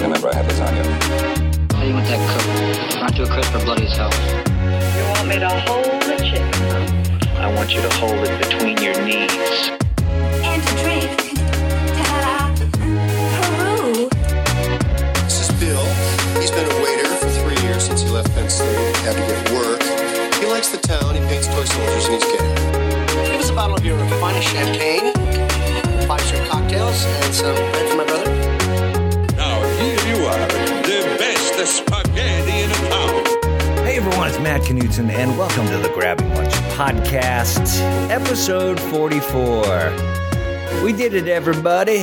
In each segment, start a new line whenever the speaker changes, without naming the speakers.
remember I had lasagna.
How do you want that cooked? Not to a crisp or bloody as hell.
You want me to hold the chicken?
I want you to hold it between your knees.
and drift to Peru.
This is Bill. He's been a waiter for three years since he left Penn State. Had to get work. He likes the town. He paints toy soldiers and he's gay.
Give us a bottle of your finest champagne, five shrimp cocktails, and some bread for my brother.
Now here you are, the best spaghetti in town.
Hey everyone, it's Matt Knutson, and welcome to the Grabbing Lunch Podcast, episode 44. We did it, everybody.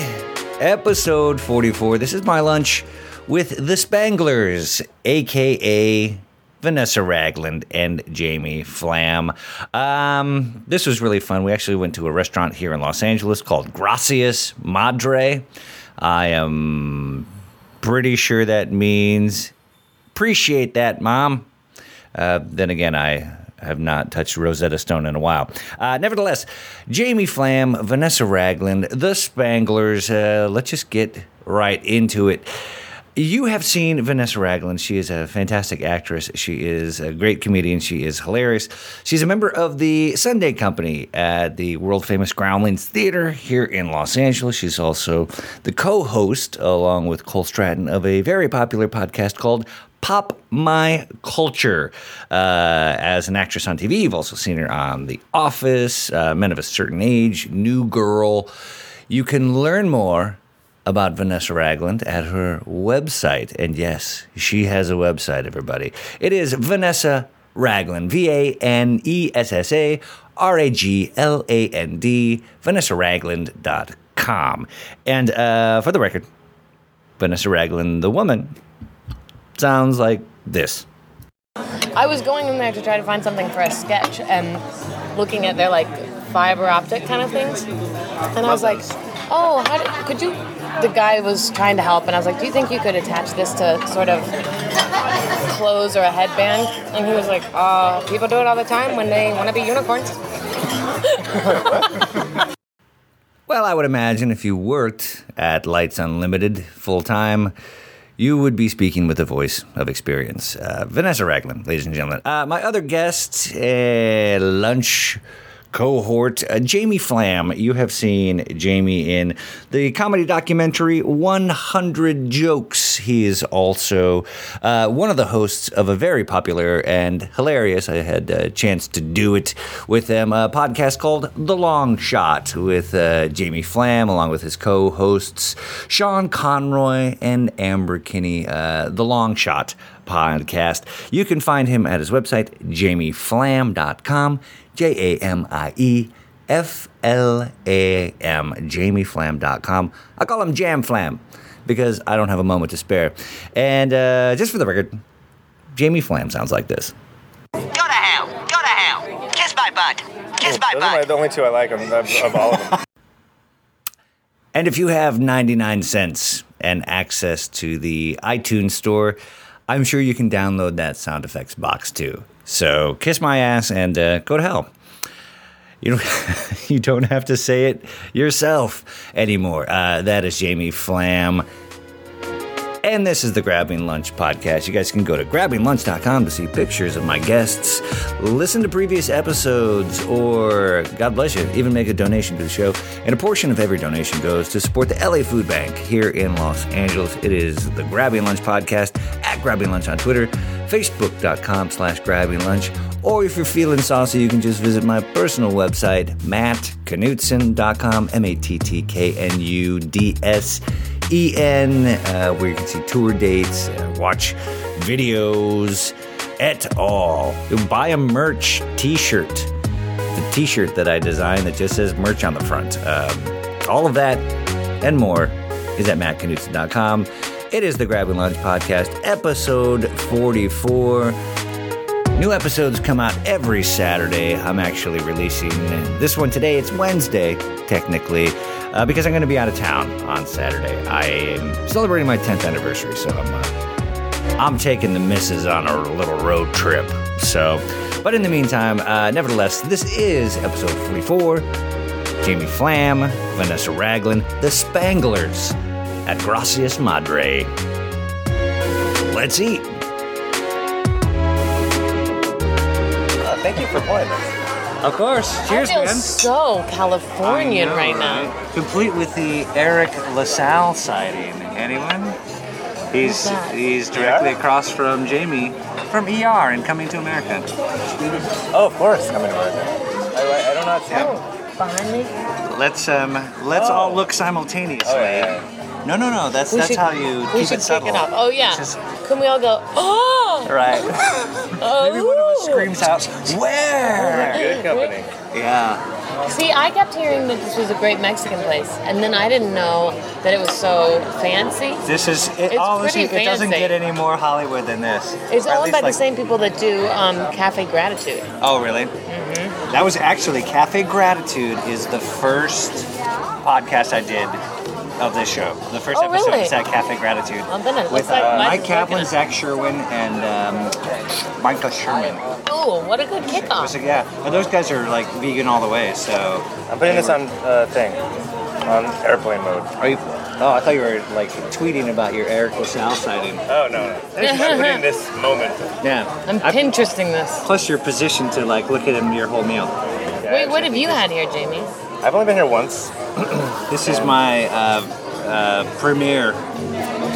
Episode 44. This is my lunch with the Spanglers, aka Vanessa Ragland and Jamie Flam. Um, this was really fun. We actually went to a restaurant here in Los Angeles called Gracias Madre. I am pretty sure that means appreciate that, Mom. Uh, then again, I have not touched Rosetta Stone in a while. Uh, nevertheless, Jamie Flam, Vanessa Ragland, The Spanglers. Uh, let's just get right into it. You have seen Vanessa Ragland. She is a fantastic actress. She is a great comedian. She is hilarious. She's a member of the Sunday Company at the world famous Groundlings Theater here in Los Angeles. She's also the co host, along with Cole Stratton, of a very popular podcast called Pop My Culture. Uh, as an actress on TV, you've also seen her on The Office, uh, Men of a Certain Age, New Girl. You can learn more about Vanessa Ragland at her website. And yes, she has a website, everybody. It is Vanessa Ragland, V A N E S S A R A G L A N D, vanessaragland.com. And uh, for the record, Vanessa Ragland, the woman, sounds like this.
I was going in there to try to find something for a sketch and looking at their like fiber optic kind of things, and I was like, "Oh, how do, could you?" The guy was trying to help, and I was like, "Do you think you could attach this to sort of clothes or a headband?" And he was like, "Uh, people do it all the time when they want to be unicorns."
Well, I would imagine if you worked at Lights Unlimited full time, you would be speaking with a voice of experience. Uh, Vanessa Ragland, ladies and gentlemen. Uh, my other guest, uh, lunch cohort, uh, Jamie Flam. You have seen Jamie in the comedy documentary 100 Jokes. He is also uh, one of the hosts of a very popular and hilarious, I had a chance to do it with them, a podcast called The Long Shot with uh, Jamie Flam, along with his co hosts, Sean Conroy and Amber Kinney. Uh, the Long Shot podcast. You can find him at his website, jamieflam.com, J A M I E F L A M, jamieflam.com. I call him Jam Flam because I don't have a moment to spare. And uh, just for the record, Jamie Flam sounds like this.
Go to hell! Go to hell! Kiss my butt! Kiss my
Those are my, the only two I like of, of, of all of them.
And if you have 99 cents and access to the iTunes store, I'm sure you can download that sound effects box too. So kiss my ass and uh, go to hell. You don't, you don't have to say it yourself anymore. Uh, that is Jamie Flam. And this is the Grabbing Lunch podcast. You guys can go to grabbinglunch.com to see pictures of my guests, listen to previous episodes, or God bless you, even make a donation to the show. And a portion of every donation goes to support the LA Food Bank here in Los Angeles. It is the Grabbing Lunch podcast at Grabbing Lunch on Twitter, facebook.com slash grabbing lunch. Or if you're feeling saucy, you can just visit my personal website, mattknudsen.com, M A T T K N U D S. EN, E uh, where you can see tour dates, uh, watch videos, et al. Buy a merch t shirt. The t shirt that I designed that just says merch on the front. Um, all of that and more is at mattknudsen.com. It is the Grabbing Lunch Podcast, episode 44. New episodes come out every Saturday. I'm actually releasing this one today. It's Wednesday, technically, uh, because I'm going to be out of town on Saturday. I am celebrating my 10th anniversary, so I'm uh, I'm taking the missus on a little road trip. So, but in the meantime, uh, nevertheless, this is episode 44. Jamie Flam, Vanessa Ragland, The Spanglers at Gracias Madre. let's eat.
Oh, thank you for playing this.
Of course. Cheers,
I feel
man.
so Californian
I know,
right now.
right? Complete with the Eric LaSalle sighting. Anyone? He's
Who's that?
he's directly
Yeah.
across from Jamie from ER and Coming to America.
Oh, of course. Coming to America. I, I don't know. It's him.
Oh, finally.
Let's um let's
Oh.
all look simultaneously.
Oh, yeah,
No, no, no. That's
We
that's
should-
how you
We
keep
should
it
pick
subtle.
it up. Oh yeah.
It's just-
Can we all go? Oh.
right. Maybe one of us screams out, "Where?"
Good company.
Yeah.
See, I kept hearing that this was a great Mexican place, and then I didn't know that it was so fancy.
This is it.
It's
honestly,
pretty
it doesn't
fancy.
get any more Hollywood than this.
It's
Or at
owned
least,
by
like,
the same people that do um, Cafe Gratitude.
Oh, really? Mm-hmm. That was actually Cafe Gratitude is the first podcast I did of this show. The first
Oh,
episode
really?
was at Cafe Gratitude
Oh, then it looks
with
like
uh,
life
Mike
is
Kaplan,
working.
Zach Sherwin, and um, Michael Sherman.
Oh, what a good
It
kickoff!
was- yeah, but those guys are like vegan all the way. So
I'm putting this on uh, thing, on airplane mode.
are you? Oh, I thought you were like tweeting about your Eric LaSalle sighting.
Oh no, no. This is putting this moment.
Yeah.
I'm
I-
Pinteresting this.
Plus, your position to like look at him your whole meal.
Yeah,
Wait, what have you had here, Jamie?
I've only been here once.
This is my uh, uh, premiere.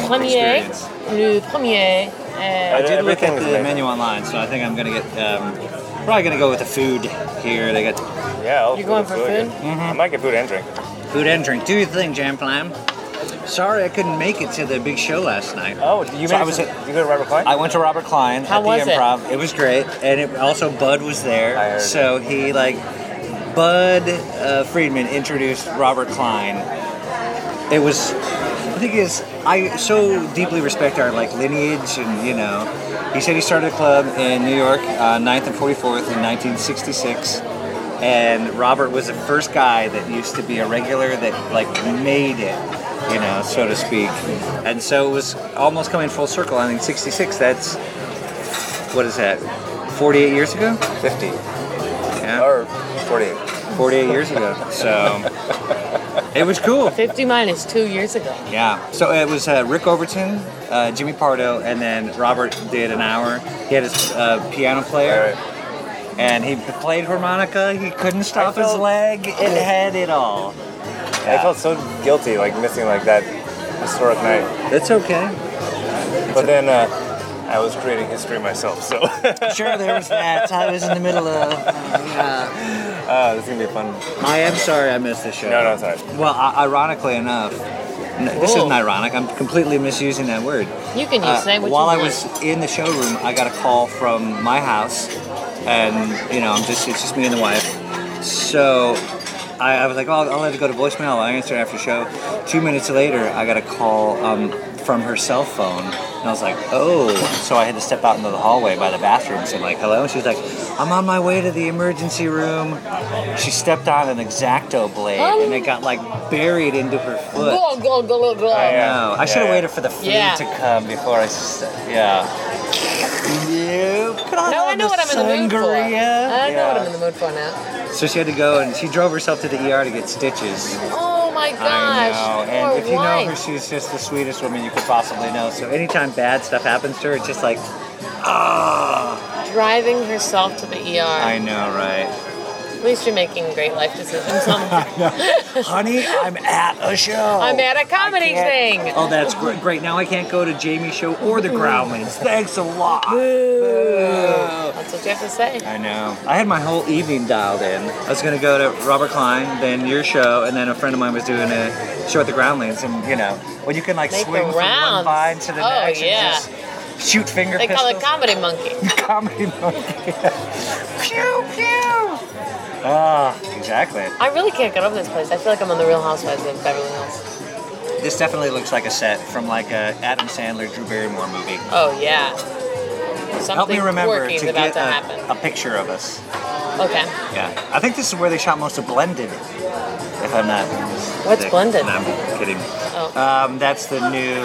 Premier,
Experience.
le premier.
I
Uh,
did look
Everything
at
was
the
amazing.
menu online, so I think I'm gonna get um, probably gonna go with the food here. They got
Yeah. I'll-
You're going
it's
for
really
food?
good. Mm-hmm. I might get food and drink.
food and drink. Do your thing, Jam Flam. Sorry I couldn't make it to the big show last night.
Oh, you
So
made
I
it
was
to-
at-
you go to Robert Klein?
I went to Robert Klein
How
at the
was it?
Improv. It? was great, and it, also Bud was there.
I heard
so he like Bud uh, Friedman introduced Robert Klein. It was the thing is I so deeply respect our like lineage, and you know, he said he started a club in New York, uh, 9th and 44th in 1966. And Robert was the first guy that used to be a regular that like made it you know, so to speak. And so it was almost coming full circle. I mean, 66, that's, what is that, 48 years ago?
50
Yeah,
or 48.
48 years ago. So it was cool.
50 minus two years ago.
Yeah. So it was uh, Rick Overton, uh, Jimmy Pardo, and then Robert did an hour. He had his uh, piano player. And he played harmonica. He couldn't stop his
felt-
leg. It had it all.
I felt so guilty, like missing like that historic night.
That's okay.
But then uh, I was creating history myself, so uh,
Sure, there was that. I was in the middle of.
this is gonna be fun.
I am sorry I missed the show.
No, no, sorry.
Well, i- ironically enough, n- this
Whoa.
isn't ironic. I'm completely misusing that word.
You can use
Uh,
say what
while
you
I
want.
was in the showroom, I got a call from my house, and you know, I'm just it's just me and the wife. So I, I was like, oh, I'll let it go to voicemail. I answer after the show. Two minutes later, I got a call um, from her cell phone. And I was like, oh. So I had to step out into the hallway by the bathrooms and like, hello. And she was like, I'm on my way to the emergency room. She stepped on an Exacto blade and it got like buried into her foot.
Go, go, go, go, go.
No, I should have
Yeah.
waited for the food
Yeah.
to come before I. s- Yeah. You could I
Now I
have
know
a
what I'm in the mood for. I know
sangria?
what I'm
Yeah.
in the mood for now.
So she had to go and she drove herself to the ER to get stitches.
Oh my
I
gosh.
know.
poor
And if you know
wife.
her, she's just the sweetest woman you could possibly know. So anytime bad stuff happens to her, it's just like, ah.
driving herself to the ER.
I know, right?
At least you're making great life decisions. I'm
Honey, I'm at a show.
at a comedy thing.
Oh, that's great. Great. Now I can't go to Jamie's show or the Growlings. Thanks a lot. Boo.
That's what you have to say.
I know. I had my whole evening dialed in. I was gonna go to Robert Klein, then your show, and then a friend of mine was doing a show at the Groundlings, and you know, when you can like
Make the
swing from one
rounds.
vine to the
Oh,
next, and
yeah.
just shoot finger
They call
pistols.
it comedy monkey.
comedy monkey. pew pew. Ah, exactly.
I really can't get over this place. I feel like I'm on the Real Housewives of Beverly Hills.
This definitely looks like a set from like a Adam Sandler, Drew Barrymore movie.
Oh yeah. Something
Help me remember
quirky
to
is about
get
to
a,
happen.
a picture of us.
Okay.
Yeah, I think this is where they shot most of Blended. If I'm not.
What's
mistaken.
Blended?
No, I'm kidding.
Oh.
Um, that's the new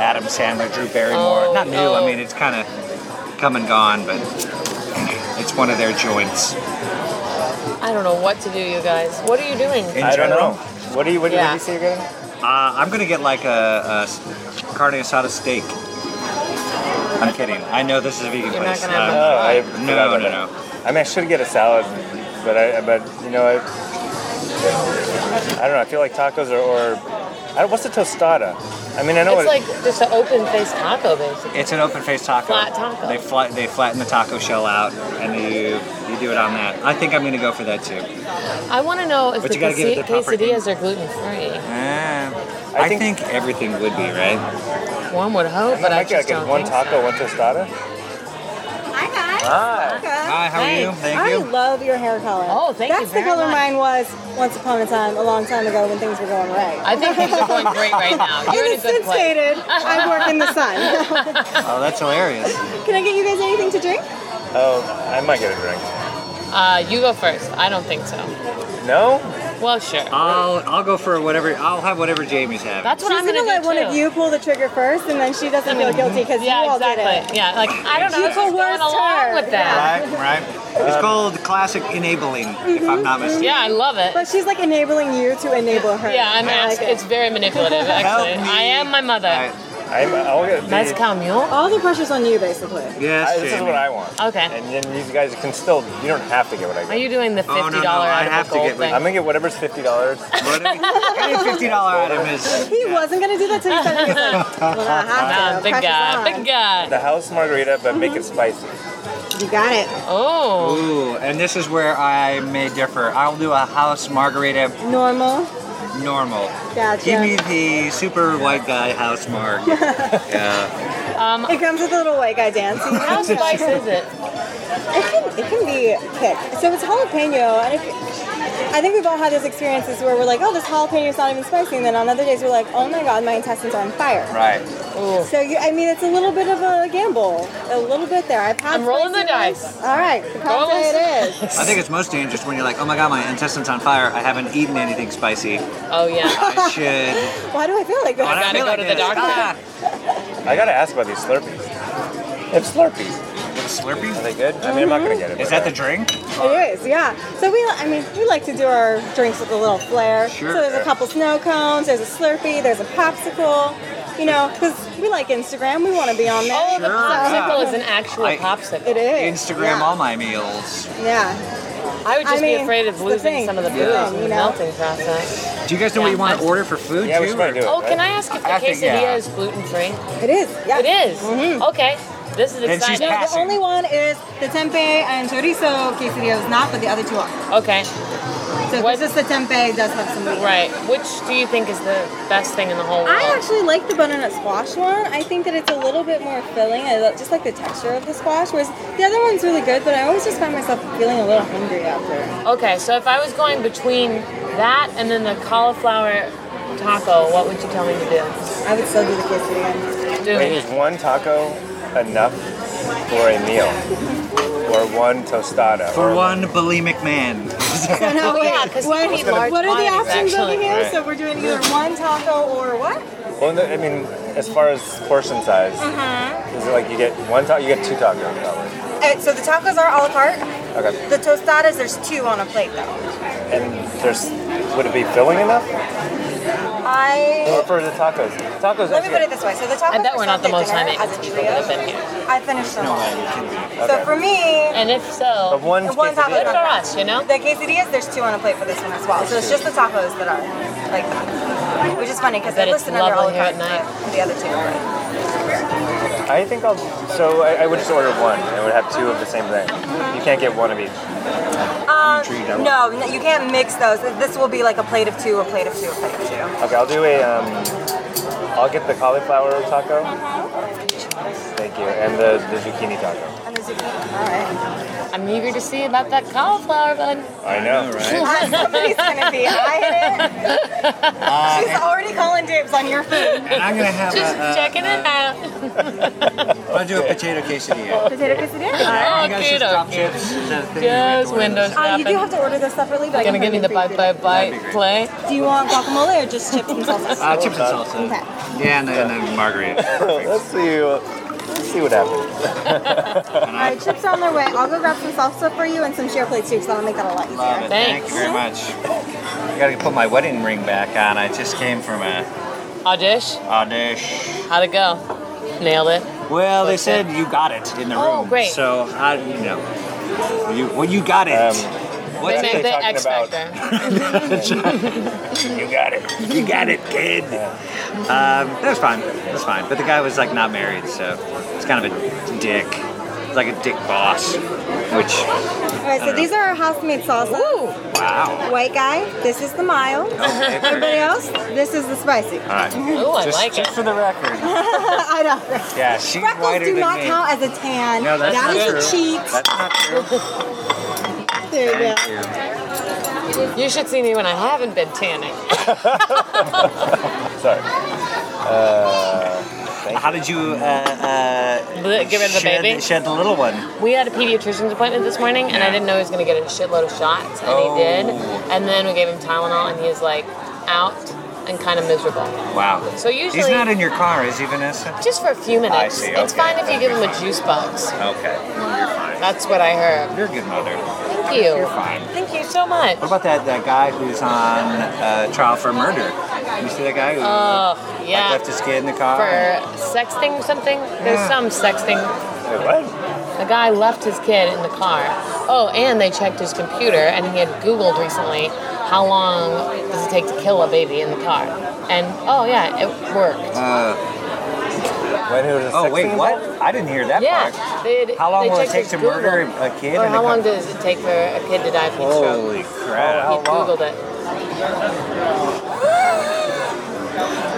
Adam Sandler, Drew Barrymore.
Oh,
not new. I
oh.
mean, it's kind of come and gone, but it's one of their joints.
I don't know what to do, you guys. What are you doing?
In
I don't
general,
know. What do you? What do you,
Yeah.
what do you say again?
Uh, I'm gonna get like a, a s- carne asada steak. I'm kidding. I know this is a vegan
You're not
place.
gonna have
Um,
a-
Oh, I
No,
forgot
no,
about that.
no.
I mean, I should get a salad, but I, but you know, I, I don't know. I feel like tacos are, or I, what's a tostada? I mean, I know what.
It's like just an open faced taco, basically.
It's an open faced taco.
Flat taco.
They flat they flatten the taco shell out and you you do it on that. I think I'm gonna go for that too.
I want to know if
But
the
you gotta give it
quesad-
the proper heat.
quesadillas are gluten free.
Ah,
I
I, think,
think-
everything would be, right?
One would hope, but I
might get
just
like
don't
one
think
taco,
so.
one tostada.
Hi guys.
Hi.
Hi, how are you?
Thanks.
Thank
I
you.
love your hair color.
Oh, thank you
That's
very
the color
much.
mine was once upon a time, a long time ago when things were going right.
I think things are going great right now. You're in a good
Innocent
place.
stated, I work in the sun.
oh, that's hilarious.
Can I get you guys anything to drink?
Oh, I might get a drink.
Uh, you go first. I don't think so.
No,
Well, sure.
I'll I'll go for whatever I'll have whatever Jamie's having.
That's what
She's
I'm gonna,
let
do
one
too.
of you pull the trigger first, and then she doesn't feel guilty because
yeah,
you all
exactly.
did it.
Yeah, like I don't know.
You
I was just
coerced
going along
her.
with that.
Right, right. It's called classic enabling, if I'm not mistaken.
Yeah, I love it.
But she's like enabling you to enable her.
Yeah, I'm.
I
Ask,
like it.
it's very manipulative, actually.
Help me.
I am my mother.
Right.
I'm. I'll get. The,
Mezcal mule.
All the pressure's on you, basically.
Yes,
I, this is
Jamie.
what I want.
Okay.
And then you guys can still. You don't have to get what I
Are
get.
you doing the
Oh, no, no,
fifty dollar
I
out of
have to
the gold
get-
thing?
I'm gonna get whatever's fifty dollars.
Whatever- Any fifty dollar item is.
He wasn't gonna do that till he started. He's like, well, I have to.
Ah, big
Pressure's
guy,
on.
big guy.
the house margarita, but make
Mm-hmm.
it spicy.
You got it.
Oh,
Ooh, and this is where I may differ. I'll do a house margarita
Normal.
normal.
Gotcha.
Give me the super white guy house mark. yeah.
It comes with a little white guy dance. You know?
how spice is it?
It can, it can be kick. So it's jalapeno, and if, I think we've all had those experiences where we're like, oh, this jalapeno's not even spicy, and then on other days we're like, oh my god, my intestines are on fire.
Right.
So you, I mean, it's a little bit of a gamble, a little bit there. I've had.
I'm rolling the
spicy ones.
dice.
All right, the cocktail it is.
I think it's most dangerous when you're like, oh my god, my intestines on fire. I haven't eaten anything spicy.
Oh yeah.
I should.
Why do I feel like
I
that?
gotta
feel
go
like
to the
this.
doctor.
Ah.
I gotta ask about these Slurpees. If Slurpees,
With a
are
Slurpee?
they good? I mean, I'm not
Mm-hmm.
gonna get it. but,
Is that the drink?
It is, yeah. So we, I mean, we like to do our drinks with a little flair.
Sure.
So there's a couple snow cones, there's a Slurpee, there's a popsicle. You know, because we like Instagram, we want to be on there.
Oh, the
Sure.
popsicle
Yeah.
is an actual
I-
popsicle.
It is.
Instagram
yeah.
all my meals.
Yeah.
I would just
I
be
mean,
afraid
it's
of
the
losing
thing.
some of the
It's
food
the
in
thing,
the
you know?
melting process.
Do you guys know what you want to
Yeah.
order for food
Yeah, we
too?
should probably do it.
Oh, can
right?
I ask if the
uh,
quesadilla
I think, yeah.
is gluten free?
It is. Yeah.
It is. Okay. This is
Then she's
exciting.
passed.
The only one is the tempeh and chorizo quesadilla is not, but the other two are.
Okay.
So
What-
it's just the tempeh does have some meat.
Right. Which do you think is the best thing in the whole world?
I actually like the butternut squash one. I think that it's a little bit more filling. I lo- just like the texture of the squash, whereas the other one's really good, but I always just find myself feeling a little hungry after.
okay, so if I was going between that and then the cauliflower taco, what would you tell me to
I would still do the quesadilla.
do? Do
Wait, is one taco enough for a meal, or one tostada?
For
or
one bulimic man.
So now,
Well,
wait,
yeah, 'cause you
what,
can eat large
what are the
quantities,
options over
actually.
here?
Right.
So we're doing either one taco or what?
Well, no, I mean, as far as portion size,
Mm-hmm.
is it like you get one taco, you get two tacos? probably.
Uh, so the tacos are a la carte.
Okay.
The tostadas, there's two on a plate though.
And there's, would it be filling enough?
I
Or Oh, for the tacos? Tacos.
Let me put
actually-
it this way. So the tacos.
I bet
for
we're not the
Sunday
most
dinner
high
as a
maintenance people
trio.
that have been here.
I finished them all.
Okay.
So for me,
And if
The
so,
one.
the one taco.
good for us, you know?
The quesadillas, there's two on a plate for this one as well. So it's just the tacos that are like that. Which is funny because
Bet
they're
it's
listed under all
lovely
the
here at night.
The other two. are-
I think I'll. So I, I would just order one, and it would have two of the same thing. You can't get one of each.
Um,
treat that one.
no, no, you can't mix those. This will be like a plate of two, a plate of two, a plate of two.
Okay, I'll do a. Um, I'll get the cauliflower taco. Thank you, and the, the zucchini taco.
And the zucchini. All right.
I'm eager to see about that cauliflower bun.
I know, right?
Uh, somebody's gonna be eyeing it. She's already calling dibs on your food.
And I'm gonna have
Just
a, uh,
checking it out.
I'm gonna do a potato quesadilla.
Potato quesadilla.
Oh,
You guys just drop
kiddo.
chips. Is that a thing?
Yes, windows
Uh, you do have
shopping.
to order those separately, but I
Gonna
can
give me the
bring
bite,
them
bite, bite play.
Do you want guacamole or just chips and salsa?
Uh, chips and salsa. Yeah, and then, and then margarita.
Let's see. what- Let's see what happens.
All right, chips are on their way. I'll go grab some salsa for you and some share plates too, because that'll make that a lot easier.
Love it. Thank
Thanks.
you very much. I gotta put my wedding ring back on. I just came from a
Audish,
audition.
how'd it go? Nailed it.
Well, they said you got it in the room.
Oh, great.
So I, you know, you well, you got it.
They
What's
make
it?
the X Factor.
you got it. You got it, kid. Um, that's fine. That's fine. But the guy was like not married, so it's kind of a dick. It's like a dick boss, which
All right, so these are our housemaid salsa.
wow.
White guy, this is the mild. Everybody else, this is the spicy.
All right.
Ooh, I
just,
like
just
it.
for the record.
I know.
Yeah, she's
Freckles
whiter
do
than
not
me.
count as a tan.
No, that's
That
not
is
true.
your cheeks.
That's not true.
there you go.
Thank you.
You should see me when I haven't been tanning.
Sorry.
How did you uh, uh,
Bleh, Get rid of the
shed,
baby.
shed the little one?
We had a pediatrician's appointment this morning, and I
Yeah.
didn't know he was going to get a shitload of shots, and
Oh.
he did. And then we gave him Tylenol, and he is like out and kind of miserable.
Wow.
So
he's
usually-
not in your car, is he, Vanessa?
Just for a few minutes.
I see,
It's
okay.
fine if you give him a
Fine.
juice box.
Okay, you're fine.
That's what I heard.
You're a good mother.
Thank you.
You're fine.
Thank you so much.
What about that, that guy who's on uh, trial for murder? You see that guy who
Oh,
like,
yeah.
left his kid in the car?
for sexting or something. There's
Yeah.
some sexting.
What?
The guy left his kid in the car. Oh, and they checked his computer, and he had Googled recently how long does it take to kill a baby in the car. And oh yeah, it worked.
When who was the
oh, wait,
sexting
what?
about?
I didn't hear that
yeah,
part.
they
How long
they
will it
checked
take
his
to murder
Google.
a kid
Or
in a
how long
car?
does it take for a kid to die from heat stroke?
Holy crap.
He
how long?
Googled it.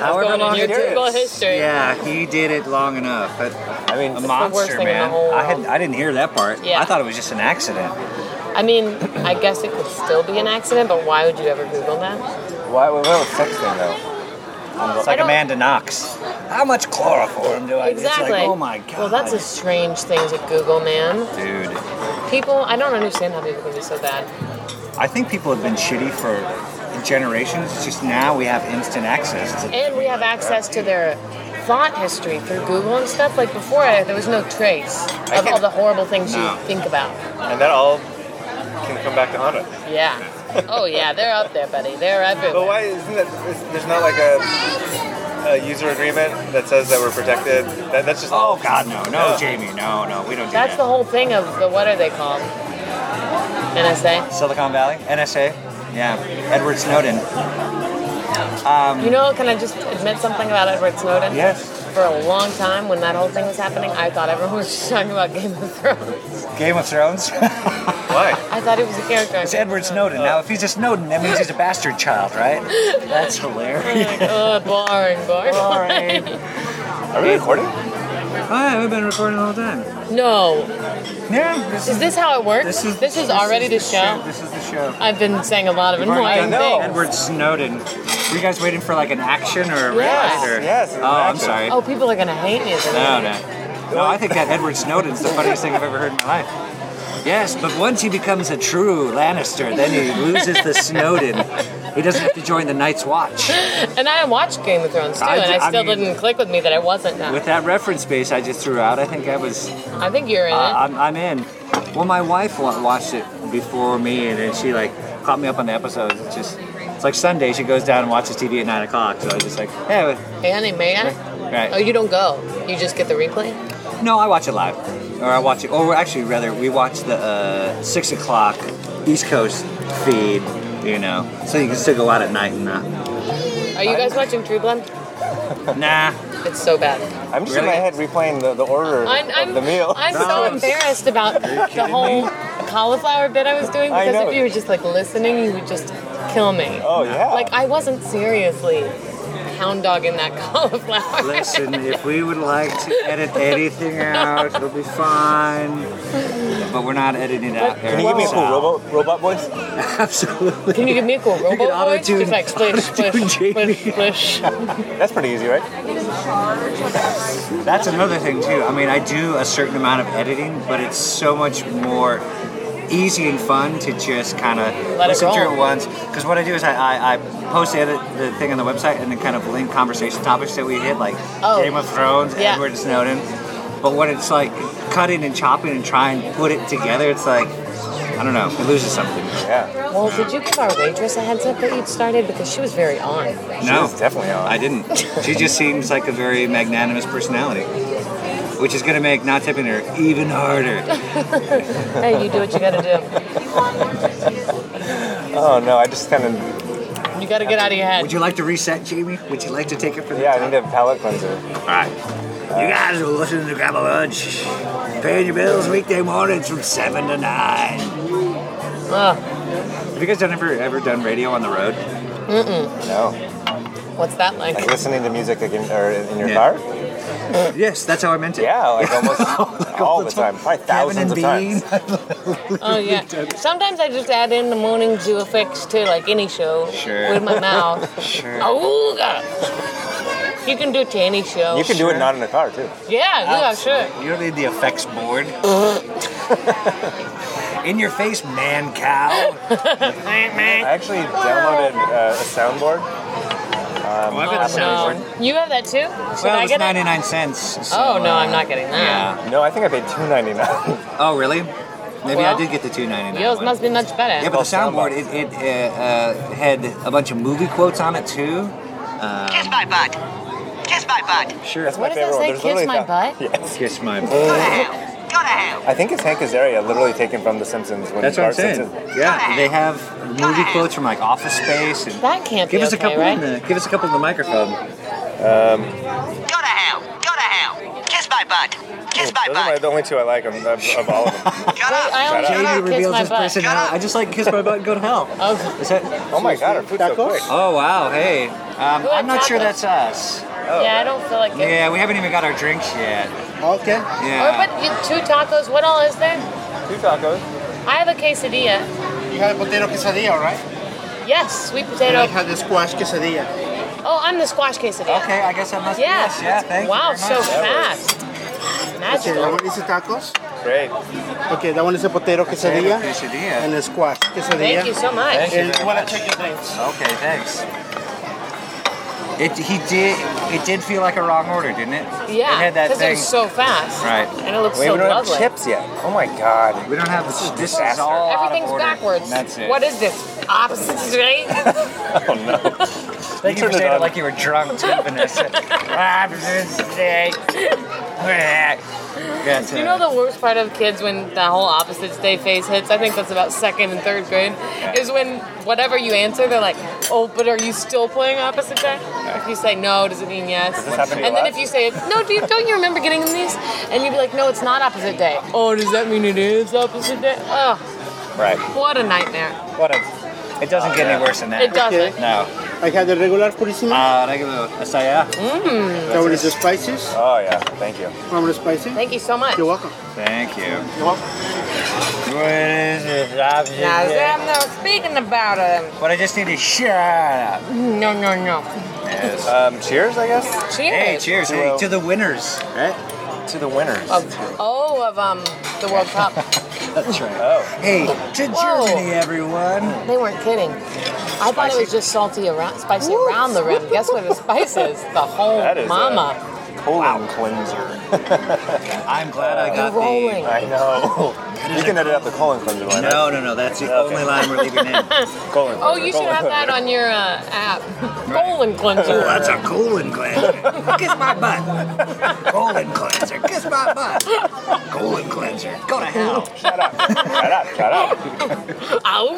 However
going in
long
your
it is.
Google history.
Yeah, he did it long enough. But
I mean,
a
it's
worst
the
monster,
thing in the
man.
whole
I, had,
world.
I didn't hear that part.
Yeah.
I thought it was just an accident.
I mean, I guess it could still be an accident, but why would you ever Google that?
Why, what was sexting though?
It's like
don't-
Amanda Knox. How much chloroform do I
Exactly.
It's like, oh my god.
Well, that's a strange thing to Google, man.
Dude.
People, I don't understand how people can be so bad.
I think people have been shitty for generations. It's just now we have instant access to
And we have access to their thought history through Google and stuff. Like before, I- there was no trace of all the horrible things
No.
you think about.
And that all can come back to haunt us.
Yeah. Oh yeah, they're out there, buddy. They're
But
everywhere.
why isn't that? is- There's not like a, a user agreement that says that we're protected. That, that's just
Oh God, no, no,
Yeah.
Jamie, no, no, we don't do
That's the
that.
whole thing of the what are they called? NSA.
Silicon Valley, NSA, yeah, Edward Snowden.
You know, can I just admit something about Edward Snowden?
Yes,
For a long time, when that whole thing was happening, I thought everyone was just talking about Game of Thrones.
Game of Thrones.
why?
I thought he was a character.
it's Edward Snowden. Now, if he's a Snowden, that means he's a bastard child, right? That's hilarious.
Oh, boring, boring.
Sorry.
Are we recording?
Hi, we've been recording the whole time.
No.
Yeah, this
Is this how it works? this is already
this is
the show.
This is the show.
I've been saying a lot of
We've already
annoying
done
things.
Edward Snowden. Were you guys waiting for like an action or a
Yes.
real- or-
Yes, it's
Oh,
an
I'm
action.
sorry.
Oh, people are gonna hate me. Isn't
No, no. No, I think that Edward Snowden's the funniest thing I've ever heard in my life. Yes, but once he becomes a true Lannister, then he loses the Snowden. He doesn't have to join the Night's Watch.
And I watched Game of Thrones too,
I
and
ju-
I
I
still
mean-
didn't click with me that I wasn't. Now.
With that reference base I just threw out, I think I was. Uh,
I think you're in it.
I'm, I'm in. Well, my wife wa- watched it before me, and then she like caught me up on the episodes. It's just. It's like Sunday. She goes down and watches TV at nine o'clock. So I was just like, hey,
Annie, may I? Oh,
right.
you don't go. You just get the replay.
No, I watch it live, or I watch it, or actually, rather, we watch the uh, six o'clock East Coast feed. You know, so you can still go out at night and not.
Are you guys watching True Blood?
Nah,
It's so bad.
I'm just in my
Really?
head replaying the, the order
I'm,
of
I'm,
the meal.
I'm so
No.
embarrassed about the whole cauliflower bit I was doing
I
because
know.
if you were just like listening, you would just kill me.
oh yeah.
Like I wasn't seriously hound dogging that cauliflower.
listen, if we would like to edit anything out, it'll be fine. But we're not editing it out.
Can you give me a cool robot, robot voice?
Absolutely.
Can you give me a cool
You
robot
can
voice?
auto-tune-
Just like splish,
auto-tune
splish,
Jamie.
splish, splish.
That's pretty easy, right?
That's another thing too. I mean, I do a certain amount of editing, but it's so much more easy and fun to just kind of
Let it
listen
roll.
through it once. Because what I do is I, I, I post the, edit, the thing on the website and then kind of link conversation topics that we hit, like
Oh.
Game of Thrones,
Yeah.
Edward Snowden. But when it's like cutting and chopping and trying to put it together, it's like I don't know, it loses something.
Yeah.
Well, did you give our waitress a heads up that you'd started because she was very on?
No,
She's definitely on.
I didn't. She just seems like a very magnanimous personality. which is going to make not tipping her even harder.
hey, you do what you gotta do.
Oh no, I just kind of
You gotta get out of your head.
Would you like to reset, Jamie? Would you like to take it from
yeah. I uh, need a palate cleanser.
All right. You guys are listening to Grab a Lunch. Paying your bills weekday mornings from 7 to 9.
Ugh.
Have you guys done, ever, ever done radio on the road?
Mm-mm.
No,
What's that like?
like listening to music like in, or in your
Yeah.
car.
Yes, that's how I meant it.
Yeah, like almost all the time, probably thousands of times.
Oh yeah. Sometimes I just add in the morning zoo effects to like any show
Sure.
with my mouth.
Sure.
Oh god. You can do it to any show.
You can do it not in a car too.
Yeah,
Oh.
yeah, sure.
You don't need the effects board. In your face, man cow.
I actually downloaded uh, a soundboard. Um,
Oh, I've got a
No.
soundboard.
You have that too? Should
Well,
I
it's
get it?
99 cents. so,
Oh no,
uh,
I'm not getting that.
Yeah.
No, I think I paid two ninety nine.
Oh, really? Maybe I
Well,
did get the 2.99.
Yours
one.
must be much better.
Yeah, but the
Well,
soundboard it, it uh, uh, had a bunch of movie quotes on it too.
Kiss my butt. Kiss my butt.
Sure.
That's
What
my
does that say,
favorite one. There's
kiss
literally
my
a-
butt?
Yes.
Kiss my.
Go to hell. Go to hell.
I think it's Hank Azaria, literally taken from The Simpsons. When
That's what I'm
Bart
saying.
Simpson-
Yeah, they have movie quotes from like Office Space and.
That can't
Give
be
us a
okay,
couple
right?
in the give us a couple in the microphone.
Go to hell. Go to hell. Kiss my butt.
Oh,
Kiss my
Those are my,
butt.
the only two I like of, of, of all of them.
Shut up.
I only do
Shut
Jamie
that kiss
reveals
my
his
butt.
personality.
up.
I just like kiss my butt and go to hell.
Oh,
Is that?
Oh my god, our food's so quick.
Oh wow, hey. Um,
Go
I'm not sure
tacos.
that's us.
yeah, I don't feel like it.
Yeah, we haven't even got our drinks yet.
Okay.
Or
Yeah.
Oh, but you, two tacos. What all is there?
Two tacos.
I have a quesadilla.
You had a potato quesadilla, right?
Yes, sweet
And I
potato.
had the squash quesadilla.
Oh, I'm the squash quesadilla.
Okay, I guess I must.
Yeah.
Yes. Yeah. Thank
wow,
you.
so
very much.
fast.
Okay, that
Magical.
one is the tacos.
Great.
Okay, that one is a potato quesadilla.
quesadilla.
And a squash quesadilla.
Thank you so much.
Thank you
And
very
you want
much.
to check your drinks?
Okay, thanks. It he did it did feel like a wrong order, didn't it? It
Yeah,
had that
because it
thing.
was so fast.
Right.
And it looks
Wait,
so
we don't
lovely.
have chips yet. Oh my god.
we don't have this. This is
Disaster.
all out of
Everything's
order.
backwards.
That's it.
What is this? Opposites, right?
Oh no.
Thank you for
Turn it
saying it
on.
like you were drunk too, Vanessa. Ah, this is great. That's
you know the worst part of kids when the whole opposites day phase hits? I think that's about second and third grade. Is when whatever you answer, they're like, oh, but are you still playing opposite day? If you say no, does it mean yes?
this happen to you
and then
a
if
lot?
you say, no, do you, don't you remember getting these? And you'd be like, no, it's not opposite day. Oh, does that mean it is opposite day? Oh,
Right.
what a nightmare.
what a, it doesn't get any worse than that.
It doesn't.
Uh,
No.
I had the regular purísima.
Uh, regular asaya.
Mm.
that one is the spices.
Oh yeah. Thank you.
One is spicy.
Thank you so much.
You're welcome.
Thank you.
You're welcome.
What is this? opposite
Now,
day?
I'm not speaking about it.
But I just need to shut up.
No, no, no.
Yes.
Um, cheers, I guess.
Cheers.
Hey, cheers
To,
hey,
uh,
to the winners.
To the winners.
Of, oh, of um the World Cup.
That's right.
Oh.
Hey, to
Whoa.
Germany, everyone.
They weren't kidding. I thought it was just salty around, spicy around the rim. Guess where the spice is? The whole
That is, uh,
mama.
Colon cleanser.
I'm glad I got
rolling.
the.
I know. you can edit out the colon cleanser line.
No, no, no. That's the
Okay.
only line we're leaving in.
Colon
oh,
cleanser,
you should
colon
have that
cleanser.
on your uh, app. Colon cleanser.
that's a colon cleanser. Kiss my butt. Colon cleanser. Kiss my butt. Colon cleanser. Go to hell.
Shut up. Shut up.
Ow.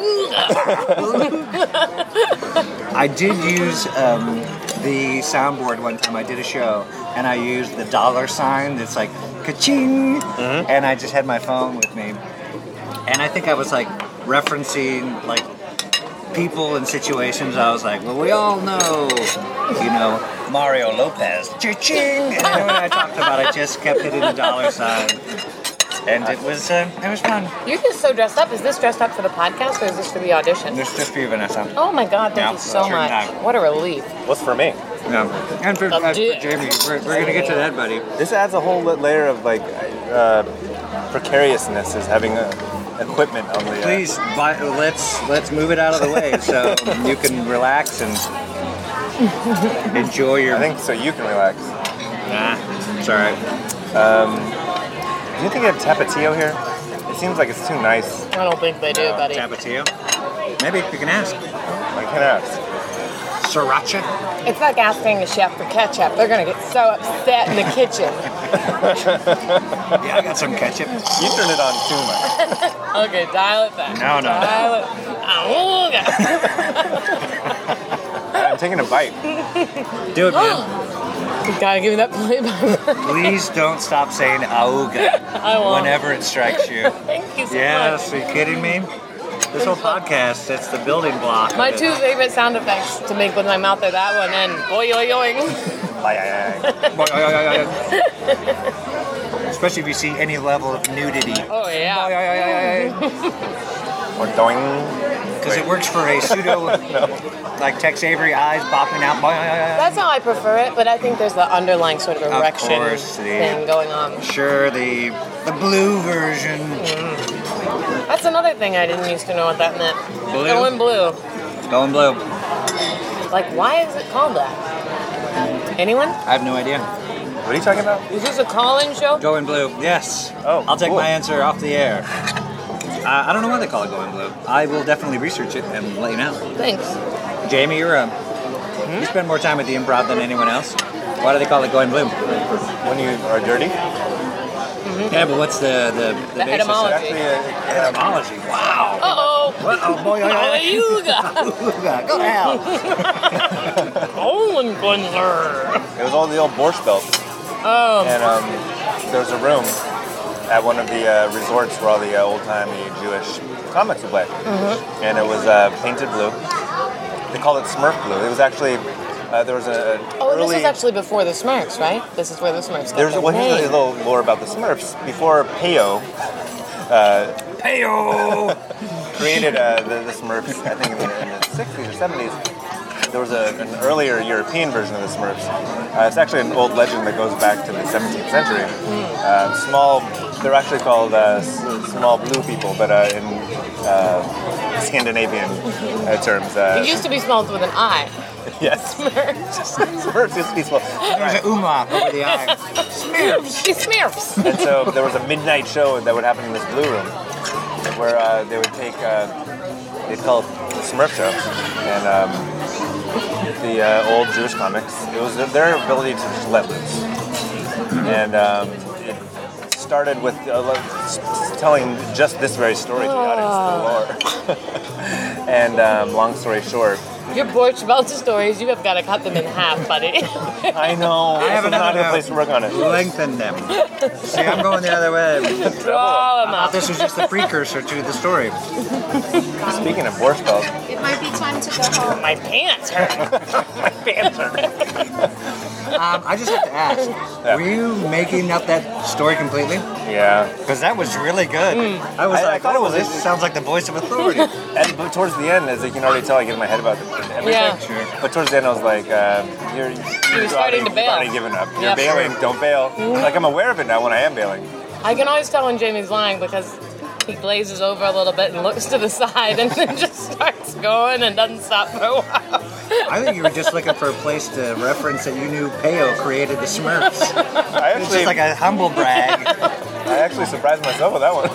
I did use um, the soundboard one time. I did a show and I used the dollar sign that's like ka-ching, and I just had my phone with me, and I think I was like referencing like people and situations. I was like, well, we all know, you know, Mario Lopez, cha-ching, and then when I talked about it, I just kept hitting the dollar sign, and it was uh, it was fun.
You're just so dressed up. Is this dressed up for the podcast or is this for the audition?
This just for you, Vanessa.
Oh my God! Thank
Yeah,
you so
sure
much.
not.
What a relief.
What's for me?
Yeah. And for, uh, for
dick.
Jamie, we're, we're gonna get to that, buddy.
This adds a whole la- layer of like uh, precariousness is having uh, equipment on the. Uh,
Please, vi- let's let's move it out of the way so you can relax and enjoy your.
I think so. You can relax.
nah, it's all right.
Do you think they have tapatio here? It seems like it's too nice.
uh,
I don't think they do, buddy.
Tapatio. Maybe you can ask.
I can ask.
sriracha?
It's like asking a chef for ketchup. They're gonna get so upset in the kitchen.
yeah, I got some ketchup.
You turned it on too much.
okay, dial it back.
No, no.
Dial it. Oh,
I'm taking a bite.
Do it,
man. Gotta give me that play by
Please don't stop saying auga
I won't.
whenever it strikes you.
Thank you so
yes,
much.
are you kidding me? This whole podcast, that's the building block.
My
of it.
two favorite sound effects to make with my mouth are that one and boy yoy yoing.
Especially if you see any level of nudity.
Oh yeah.
Or doing.
Because it works for a pseudo, like Tex Avery eyes bopping out. Boy,
That's how I prefer it, but I think there's the underlying sort of
Of
erection
course, the-
thing going on.
Sure, the the blue version.
That's another thing I didn't used to know what that meant.
Blue?
Going blue.
It's going blue.
Like, why is it called that? Anyone?
I have no idea.
What are you talking about?
Is this a call-in show?
Going blue. Yes. Oh, I'll take
cool.
my answer off the air. Uh, I don't know why they call it going blue. I will definitely research it and let you know.
Thanks.
Jamie, you're a, you spend more time at the improv than anyone else. Why do they call it going blue?
When you are dirty?
Yeah, but what's the the, the,
The
basis?
etymology.
Actually, uh,
Etymology. Wow.
Uh-oh.
Uh-oh, boy, oh, yeah.
Ayuga.
Go out.
Olin Gundler.
it was all the old Borscht Belt.
Um,
And um, there was a room at one of the uh, resorts where all the uh, old-timey Jewish comics would play. And it was uh, painted blue. They called it Smurf blue. It was actually, uh, there was a, an
Oh, and
early...
this is actually before the Smurfs, right? This is where the Smurfs got
There's
their
well, here's a
name.
little lore about the Smurfs. Before Peo uh,
Peo
created uh, the, the Smurfs, I think in the, in the 60s or 70s, there was a, an earlier European version of the Smurfs. Uh, it's actually an old legend that goes back to the 17th century. Uh, small, they're actually called uh, s- small blue people, but uh, in uh, Scandinavian uh, terms. Uh,
It used to be spelled with an I.
yes. Smurfs used to be small.
There's an umlaut over the eye.
Smurfs. It's Smurfs.
and so there was a midnight show that would happen in this blue room where uh, they would take uh, they'd call it the Smurf show and um, the uh, old Jewish comics it was their ability to just let loose and um, it started with uh, lo- s- s- telling just this very story to the audience the lore and um, long story short
Your Borch Belcher stories, you have got to cut them in half, buddy.
I know
I have
this is not a
another-
good place to work on it
Lengthen them. See, I'm going the other way.
Draw them
I thought
up.
this was just the precursor to the story.
speaking of Borscht Belt
It might be time to go home.
My pants hurt.
Um, I just have to ask, were you making up that story completely?
yeah
Because that was really good. I was
I- I
like,
thought it
oh,
was
this
easy."
sounds like the voice of authority.
And but towards the end, as you can already tell, I get in my head about everything.
Yeah.
Sure.
But towards the end, I was like, uh, "You're, you're,
starting
already,
to bail.
You've already given up.
Yeah.
You're bailing. Don't bail." Like I'm aware of it now when I am bailing.
I can always tell when Jamie's lying because he glazes over a little bit and looks to the side and then just starts going and doesn't stop for a while.
I think you were just looking for a place to reference that you knew Peo created the Smurfs.
I
It's
actually,
just like a humble brag.
I actually surprised myself with that one.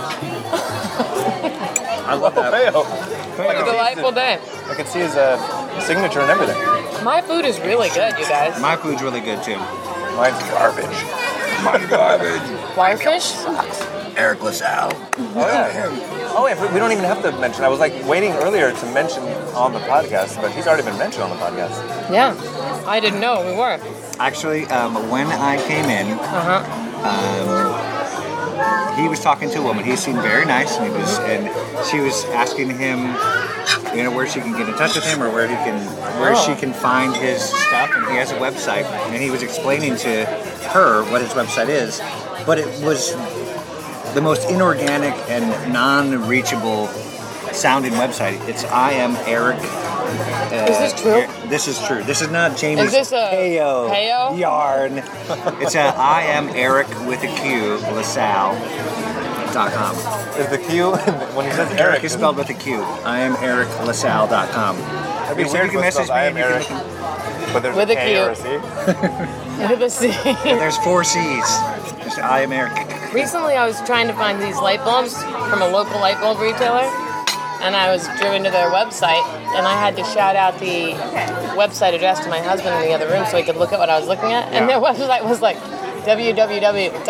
I love that.
Bail.
E
What a delightful day.
I could see his uh, signature and everything.
My food is really good, you guys.
My food's really good too.
Mine's garbage.
My garbage.
Wirefish?
Eric LaSalle.
Oh yeah. Oh yeah. We don't even have to mention. I was like waiting earlier to mention on the podcast, but he's already been mentioned on the podcast.
Yeah. I didn't know we were.
Actually, um, when I came in,
Uh huh.
he was talking to a woman. He seemed very nice, and he was, and she was asking him, you know, where she can get in touch with him or where he can, where
Oh.
she can find his stuff. And he has a website, and he was explaining to her what his website is, but it was the most inorganic and non-reachable sounding website. It's I am Eric. uh,
Is this true?
This is true. This is not Jamie's
Is this a
Peo
Peo?
yarn. It's a I am Eric with a Q LaSalle dot com.
Is the Q when he says Eric?
Eric is spelled with a Q. I am Eric LaSalle dot com.
That'd be weird if it spells I am Eric, but there's
With
a
a
K
Q.
or a C.
Let's see.
There's four C's. There's I am Eric.
Recently, I was trying to find these light bulbs from a local light bulb retailer, and I was driven to their website, and I had to shout out the website address to my husband in the other room so he could look at what I was looking at. And
Yeah.
their website was like www.light-sbulbs-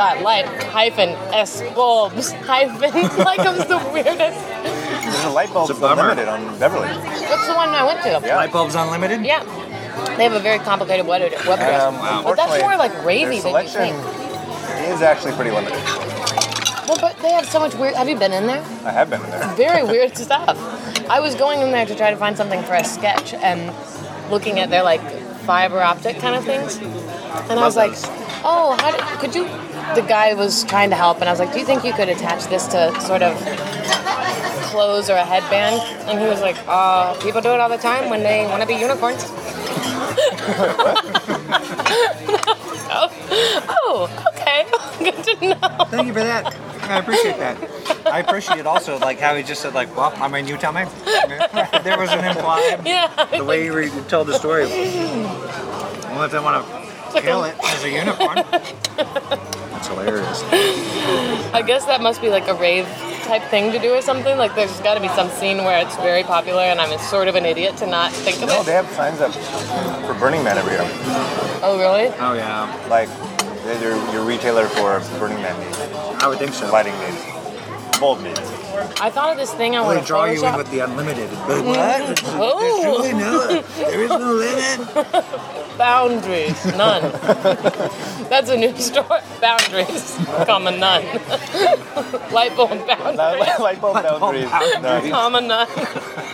like it was the weirdest.
There's a light bulb unlimited on Beverly.
What's the one I went to?
Light bulbs unlimited.
Yeah. They have a very complicated web web address.
Um,
but that's
unfortunately,
more like
their
ravey than you
selection
think.
is actually pretty limited.
Well, but they have so much weird. Have you been in there?
I have been in there.
Very weird stuff. I was going in there to try to find something for a sketch and looking at their like fiber optic kind of things. And I was like, oh, how do, could you? The guy was trying to help, and I was like, do you think you could attach this to sort of clothes or a headband? And he was like, uh, people do it all the time when they want to be unicorns. oh, okay. Good to know.
Thank you for that. I appreciate that. I appreciate also like how he just said like, "Well, I'm a new tummy." there was an implied.
Yeah.
The way you re- told the story. Well, if they want to kill it as a unicorn, that's hilarious.
I guess that must be like a rave type thing to do or something. Like there's got to be some scene where it's very popular, and I'm sort of an idiot to not think of
No,
it.
they have signs up for Burning Man every year.
Oh really?
Oh yeah.
Like they're your, your retailer for Burning Man needs.
I would think so.
Lighting needs. Bulb needs.
I thought of this thing I
Well,
want
they
to
draw you in
Photoshop.
with the unlimited. But
Mhm.
what?
Oh.
There's really no. There is no limit.
Boundaries, none. That's a new story. Boundaries, comma none. Light bulb boundaries.
Light bulb boundaries. boundaries.
Comma none.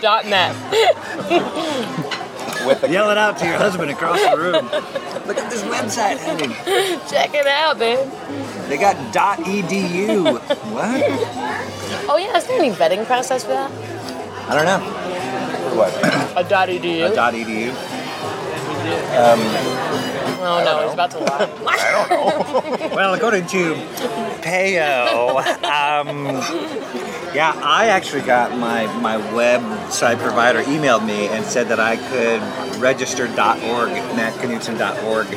Dot net.
Yell it out to your husband across the room. Look at this website. Eddie.
Check it out, babe.
They got .edu. what?
Oh yeah, is there any vetting process for that?
I don't know.
What?
A dot edu.
A dot E .edu.
Oh no, he's about to lie. I don't know.
Well, according to Payo, um, yeah, I actually got my, my website provider emailed me and said that I could register .org, mattknudsen.org,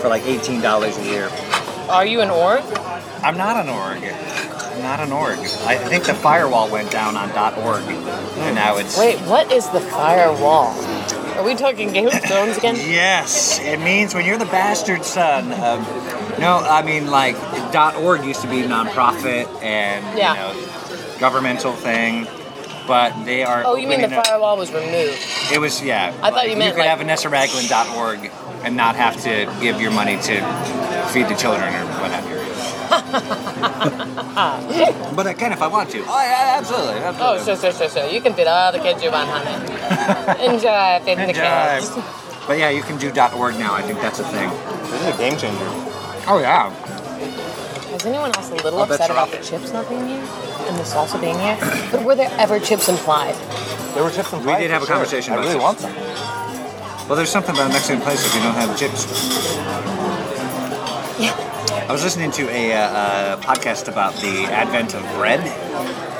for like $18 a year.
Are you an org?
I'm not an org. I'm not an org. I think the firewall went down on .org, and now it's...
Wait, what is the firewall? Are we talking Game of Thrones again?
Yes, it means when you're the bastard son of. No, I mean like .org used to be nonprofit and
Yeah.
you know governmental thing, but they are.
Oh, you mean the
opening up-
firewall was removed?
It was yeah.
I thought you meant,
you could
like-
have a Nessa Raglan .org and not have to give your money to feed the children or what have you. but I can if I want to. Oh yeah, absolutely.
Ah. Oh, sure, sure, sure, sure. You can feed all the kids you want, honey. Enjoy feeding the kids.
Jive. But yeah, you can do .org now. I think that's a thing.
This is a game changer.
Oh yeah.
Was anyone else a little
I'll bet
upset
you're
about the chips not being here and the salsa being here? But were there ever chips implied?
There were chips and
We did have a conversation
I
about
really
chips.
want some.
Well, there's something about a Mexican place if you don't have chips. I was listening to a uh, uh, podcast about the advent of bread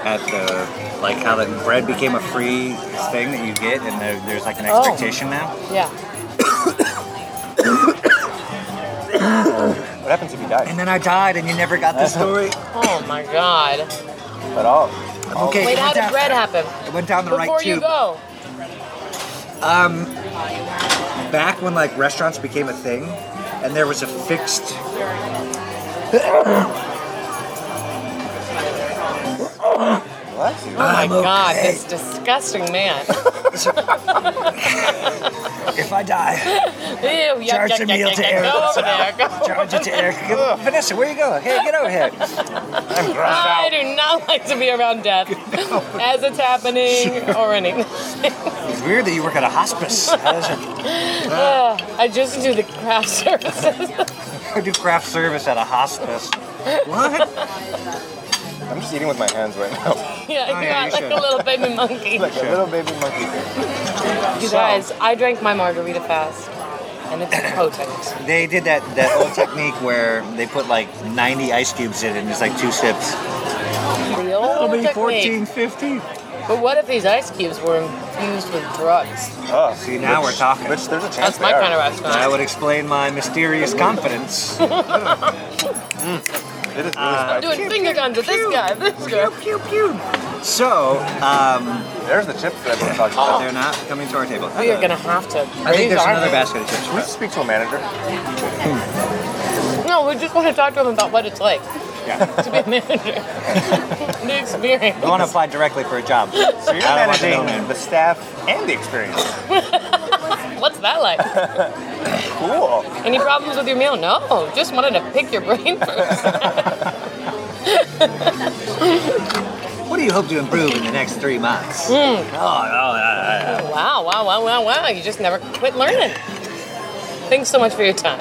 at the like how the bread became a free thing that you get, and there, there's like an
Oh.
expectation now.
Yeah.
What happens if you die?
And then I died, and you never got the story.
Oh my god.
At all.
Okay,
Wait,
it
how
went
did
down-
bread happen?
It went down the
Before
right
you
tube.
go.
Um, back when like restaurants became a thing, and there was a fixed.
What?
Oh my god, this disgusting man.
If I die,
Ew, yuck,
Charge
yuck,
the
yuck,
meal
yuck,
to
yuck.
Eric.
Go over there. Go
charge it to Eric. Vanessa, where you going? Hey, get over here. I'm grossed
I do not like to be around death as it's happening or anything.
It's weird that you work at a hospice. How does it?
Ugh, I just do the craft services.
I do craft service at a hospice. What?
I'm just eating with my hands right now.
yeah,
Oh,
you're
yeah,
out
you
like
should.
a little baby monkey.
like a little baby monkey.
you guys, I drank my margarita fast, and it's potent.
They did that, that old technique where they put like 90 ice cubes in it and it's like two sips.
The old
be
technique.
14, 15.
But what if these ice cubes were infused with drugs?
Oh,
See, now we're talking.
Which there's a chance
That's my kind of restaurant.
That would explain my mysterious confidence.
It is really
Uh,
spicy.
Doing finger guns with this guy, this guy.
Pew, pew, So, um,
there's the chips that I talked
about. They're not coming to our table.
We are gonna have to.
I think there's
These are-
another basket of chips.
Can we speak to a manager?
No, we just want to talk to him about what it's like
Yeah.
to be a manager. the experience.
We want to apply directly for a job.
So you're
I don't want to know
managing the staff and the experience.
What's that like?
cool.
Any problems with your meal? No, just wanted to pick your brain first.
What do you hope to improve in the next three months?
Hmm.
Oh, oh, uh, uh,
Wow, wow, wow, wow, wow. You just never quit learning. Thanks so much for your time.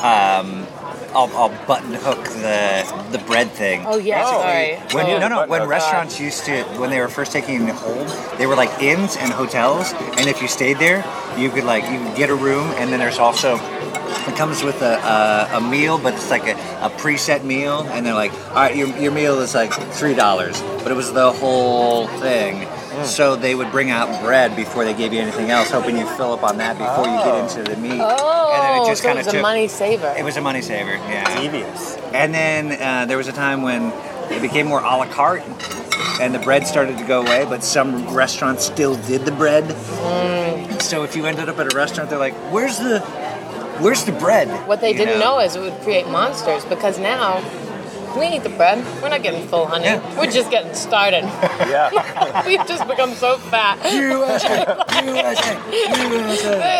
um, I'll, I'll button hook the the bread thing.
Oh, yeah, Oh. sorry.
When,
Oh.
no, no. When
Button hook. Uh.
restaurants used to, when they were first taking hold, they were like inns and hotels, and if you stayed there, you could like you could get a room, and then there's also. It comes with a, a, a meal, but it's like a, a preset meal, and they're like, all right, your, your meal is like three dollars, but it was the whole thing.
Hmm.
So they would bring out bread before they gave you anything else, hoping you fill up on that before you get into the meat. and then
Oh,
it just
so
kind
it's
of
a
took.
money saver.
It was a money saver, yeah.
Devious.
And then uh, there was a time when it became more a la carte, and the bread started to go away. But some restaurants still did the bread. So if you ended up at a restaurant, they're like, "Where's the, where's the bread?"
What they
You
didn't know. is it would create monsters because now we eat the bread. We're not getting full honey. We're just getting started.
Yeah.
We've just become so fat.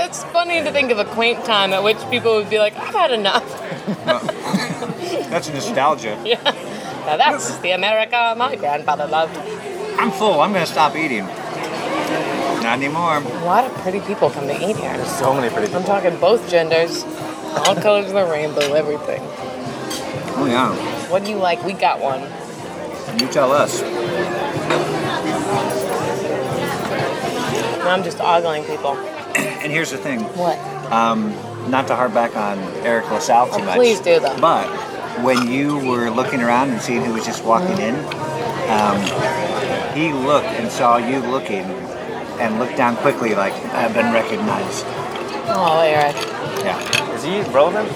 it's funny to think of a quaint time at which people would be like, I've had enough.
That's nostalgia.
Yeah. Now that's the America my grandfather loved.
I'm full. I'm gonna stop eating. Not anymore.
A lot of pretty people come to eat here. There's
so many pretty people.
I'm talking both genders, all colors of the rainbow, everything.
Oh yeah.
What do you like? We got one.
You tell us.
I'm just ogling people.
And here's the thing.
What?
Um, not to harp back on Eric LaSalle too
Oh,
much.
please do, though.
But when you were looking around and seeing who was just walking in, um, he looked and saw you looking and looked down quickly like, I've been recognized.
Oh, Eric.
Yeah.
Is he relevant?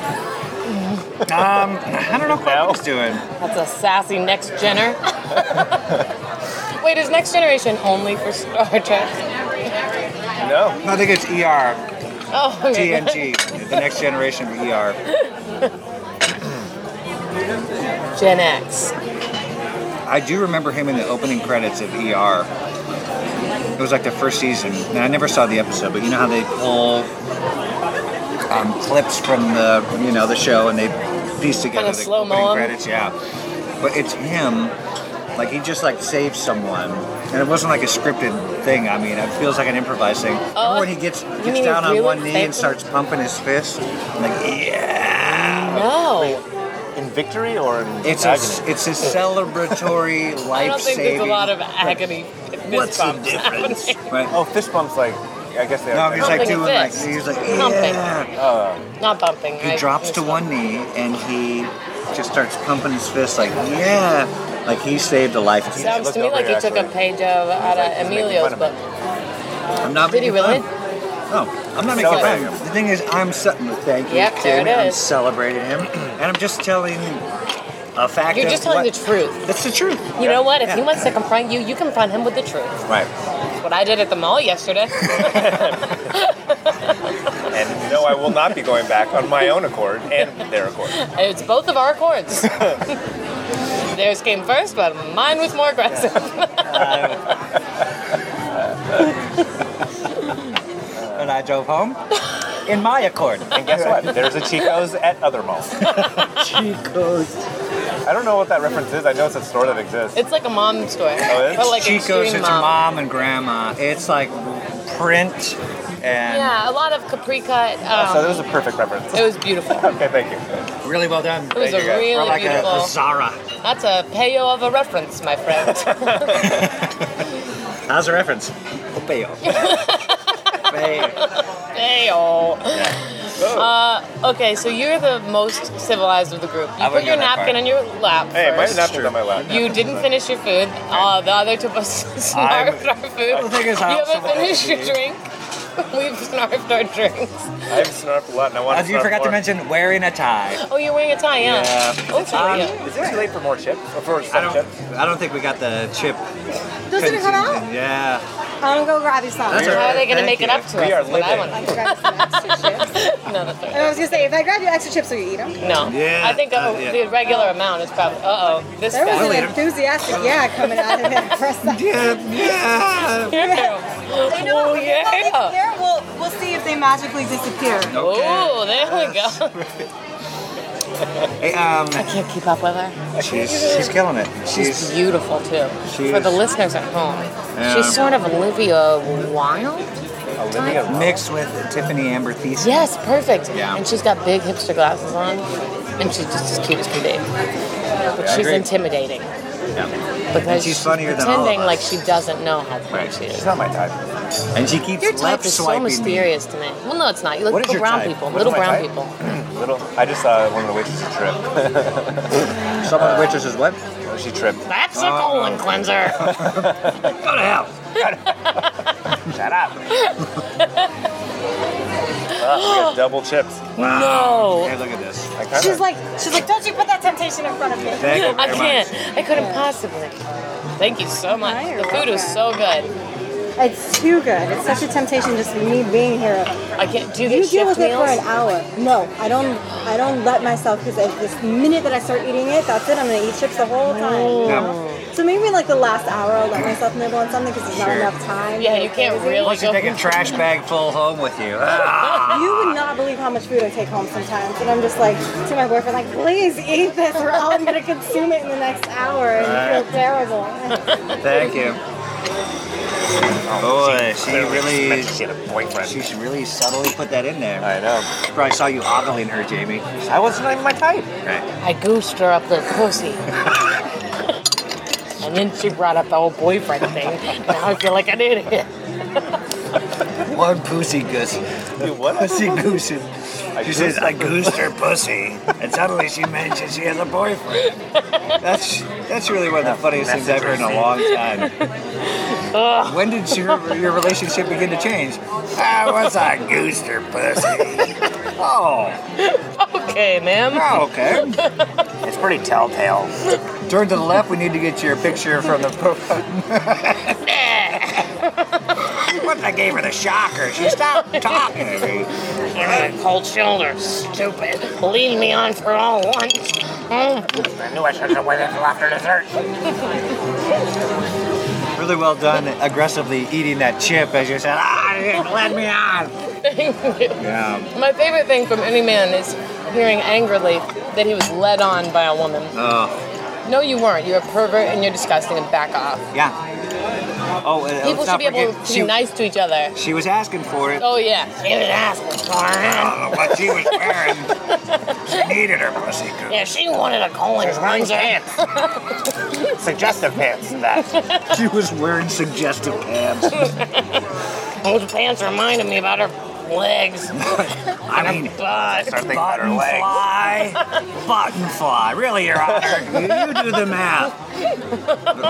um, I don't know what he's doing.
That's a sassy next genner. Wait, is next generation only for Star Trek?
No.
I think it's ER,
Oh, okay.
TNG, the next generation of ER.
Gen X.
I do remember him in the opening credits of ER. It was like the first season, and I never saw the episode, but you know how they pull um, clips from the you know the show and they piece together
Kinda
the
slow-mo
opening
'em.
credits, yeah. But it's him, like he just like saves someone, and it wasn't like a scripted thing. I mean, it feels like an improvised thing. Remember when he gets
Oh, mean
gets
he
down on
really
one knee and
saved
starts pumping his fist, I'm like yeah.
No.
In victory or in
It's a,
agony?
it's a celebratory life saving.
I don't think there's a lot of agony. fist
What's the
bumps
difference?
happening.
Right.
Oh, fist bumps like I guess they
No,
are.
he's like
Pumping
doing like
fist.
he's like
Pumping.
yeah.
Not bumping.
He
right?
drops
It's
to one knee and he just starts pumping his fist like yeah, like he saved a life.
Sounds to me like he took a page of out
He's making fun
of Emilio's
of
book.
I'm not
Did he
making
really?
fun. No, I'm not making
Celebrating
fun. The thing is, I'm ce- thank you,
Yep, there
Tim.
it
I'm
is.
celebrating him, and I'm just telling a fact.
You're
of
just telling
what-
the truth.
That's the truth.
You know what? If
Yeah.
he wants to confront you, you confront him with the truth.
Right.
That's what I did at the mall yesterday.
And no, I will not be going back on my own accord and their accord.
it's both of our chords. Theirs came first, but mine was more aggressive.
And I drove home in my Accord.
And guess what? There's a Chico's at other malls.
Chico's.
I don't know what that reference is. I know it's a store that exists.
It's like a mom store.
Oh, is?
But like
Chico's,
extreme
it's
mom.
mom and grandma. It's like print and
Yeah, a lot of capri cut. Um,
Oh, so that was a perfect reference.
It was beautiful.
okay, thank you.
really well done.
It was
Thank you,
a
guys.
really
Or like a,
beautiful.
a Zara.
That's a payo of a reference, my friend.
How's the reference? Opeo. Opeo.
payo. Uh, okay, so you're the most civilized of the group. You
I
put
wouldn't
your
go that
napkin
far.
on your lap.
Hey, my
first.
napkin's on my lap.
You didn't finish your food. Uh, the other two of us snarfed our food.
The thing is, I
you
also
haven't
wanted
finished
to
your
eat.
drink. We've snarfed our drinks.
I've snarfed a lot, and I want
Uh,
to.
you
snarf
forgot
more.
to mention wearing a tie.
Oh, you're wearing a tie, yeah. Oh, it's
Um,
really, yeah.
Is it too late for more chips? Or for some
I don't.
chips?
I don't think we got the chip.
Those didn't come out?
Yeah.
I'm gonna go grab you some.
That's all
How are
right,
they going to
thank
make it
you.
up to
We
us?
are
That's what I
living.
wanna-
I can grab some extra chips.
No, that's all
And I was gonna say, if I grab you extra chips, will you eat them?
right. No.
Yeah,
I think
uh,
oh,
yeah.
the regular amount is probably. Uh oh. This
There
guy.
was an enthusiastic yeah coming out of that press.
Yeah, yeah.
They know.
Oh, yeah.
Here, we'll, we'll see if they magically disappear.
Oh, there we go.
Hey, um,
I can't keep up with her.
she's she's killing it.
She's beautiful too.
She's-
For the listeners at home,
Yeah.
she's sort of Olivia Wilde.
Olivia
mixed with Tiffany Amber Thiessen.
Yes, perfect.
Yeah.
And she's got big hipster glasses on, and she's just as cute as can be. But she's
agree.
intimidating
Yeah.
because
And she's funnier than all of
pretending
us.
like she doesn't know how pretty
Right.
she
It's
is.
not my type.
And she keeps
Your type
left
is so
swiping me.
mysterious to me. Well, no, it's not. You look
What is
little
your
brown
type?
people.
What
little
is my
brown
type?
people.
Little. I just saw one of the waitresses trip.
Some of the waitresses what?
She tripped.
That's a colon cleanser.
Go to hell.
Shut up. Ah, we got double chips.
No.
Hey, look at this.
I kinda,
She's like, she's like, don't you put that temptation in front of me.
Thank you
I
very
can't.
much.
I couldn't possibly. Thank you so much.
you're
the food is so good.
It's too good. It's such a temptation just me being here.
I can't do
You
these
deal
shift
with it for an
meals.
hour. No, I don't. I don't let myself because this minute that I start eating it, that's it. I'm gonna eat chips the whole time.
Yeah.
So maybe like the last hour, I'll let myself nibble on something because there's not
Sure.
enough time.
Yeah, you can't really
Unless you
go.
take a trash bag full home with you. Ah.
You would not believe how much food I take home sometimes, and I'm just like to my boyfriend, like, please eat this, or else I'm gonna consume it in the next hour and feel terrible.
Thank you. Boy, she really,
she had a boyfriend.
she's really subtly put that in there.
I know.
Probably saw you ogling her, Jamie.
I wasn't even my type.
Right.
I goosed her up the pussy. and then she brought up the whole boyfriend thing. Now I feel like an idiot.
One pussy goose.
You what?
Pussy goose. She
goosed
says,
her
I goosed her pussy. And suddenly she mentions she has a boyfriend. That's that's really one of the funniest things I've heard in a long time. when did your, your relationship begin to change? Ah, once I goosed her pussy. Oh,
Okay, ma'am.
oh, okay.
It's pretty telltale.
Turn to the left. We need to get your picture from the profile. Once I gave her the shocker, she stopped talking to me.
Cold shoulder, stupid. Leave me on for all once. Mm.
I knew I shouldn't have waited until after dessert.
Really well done, aggressively eating that chip as you said, ah, you let me on.
Thank you.
Yeah.
My favorite thing from any man is hearing angrily that he was led on by a woman.
Oh,
No, you weren't. You're a pervert and you're disgusting and back off.
yeah. Oh, and
People
let's not
should be able
forget,
to
she,
be nice to each other.
She was asking for it.
Oh, yeah. She was asking for
Uh, what she was wearing, she needed her pussy.
it. Yeah, she wanted a colon cleanser.
Suggestive pants and that.
She was wearing suggestive abs.
Those pants reminded me about her legs.
I mean,
Start
But
thinking about her
Button
legs.
fly, button fly. Really, Your Honor, you do the math.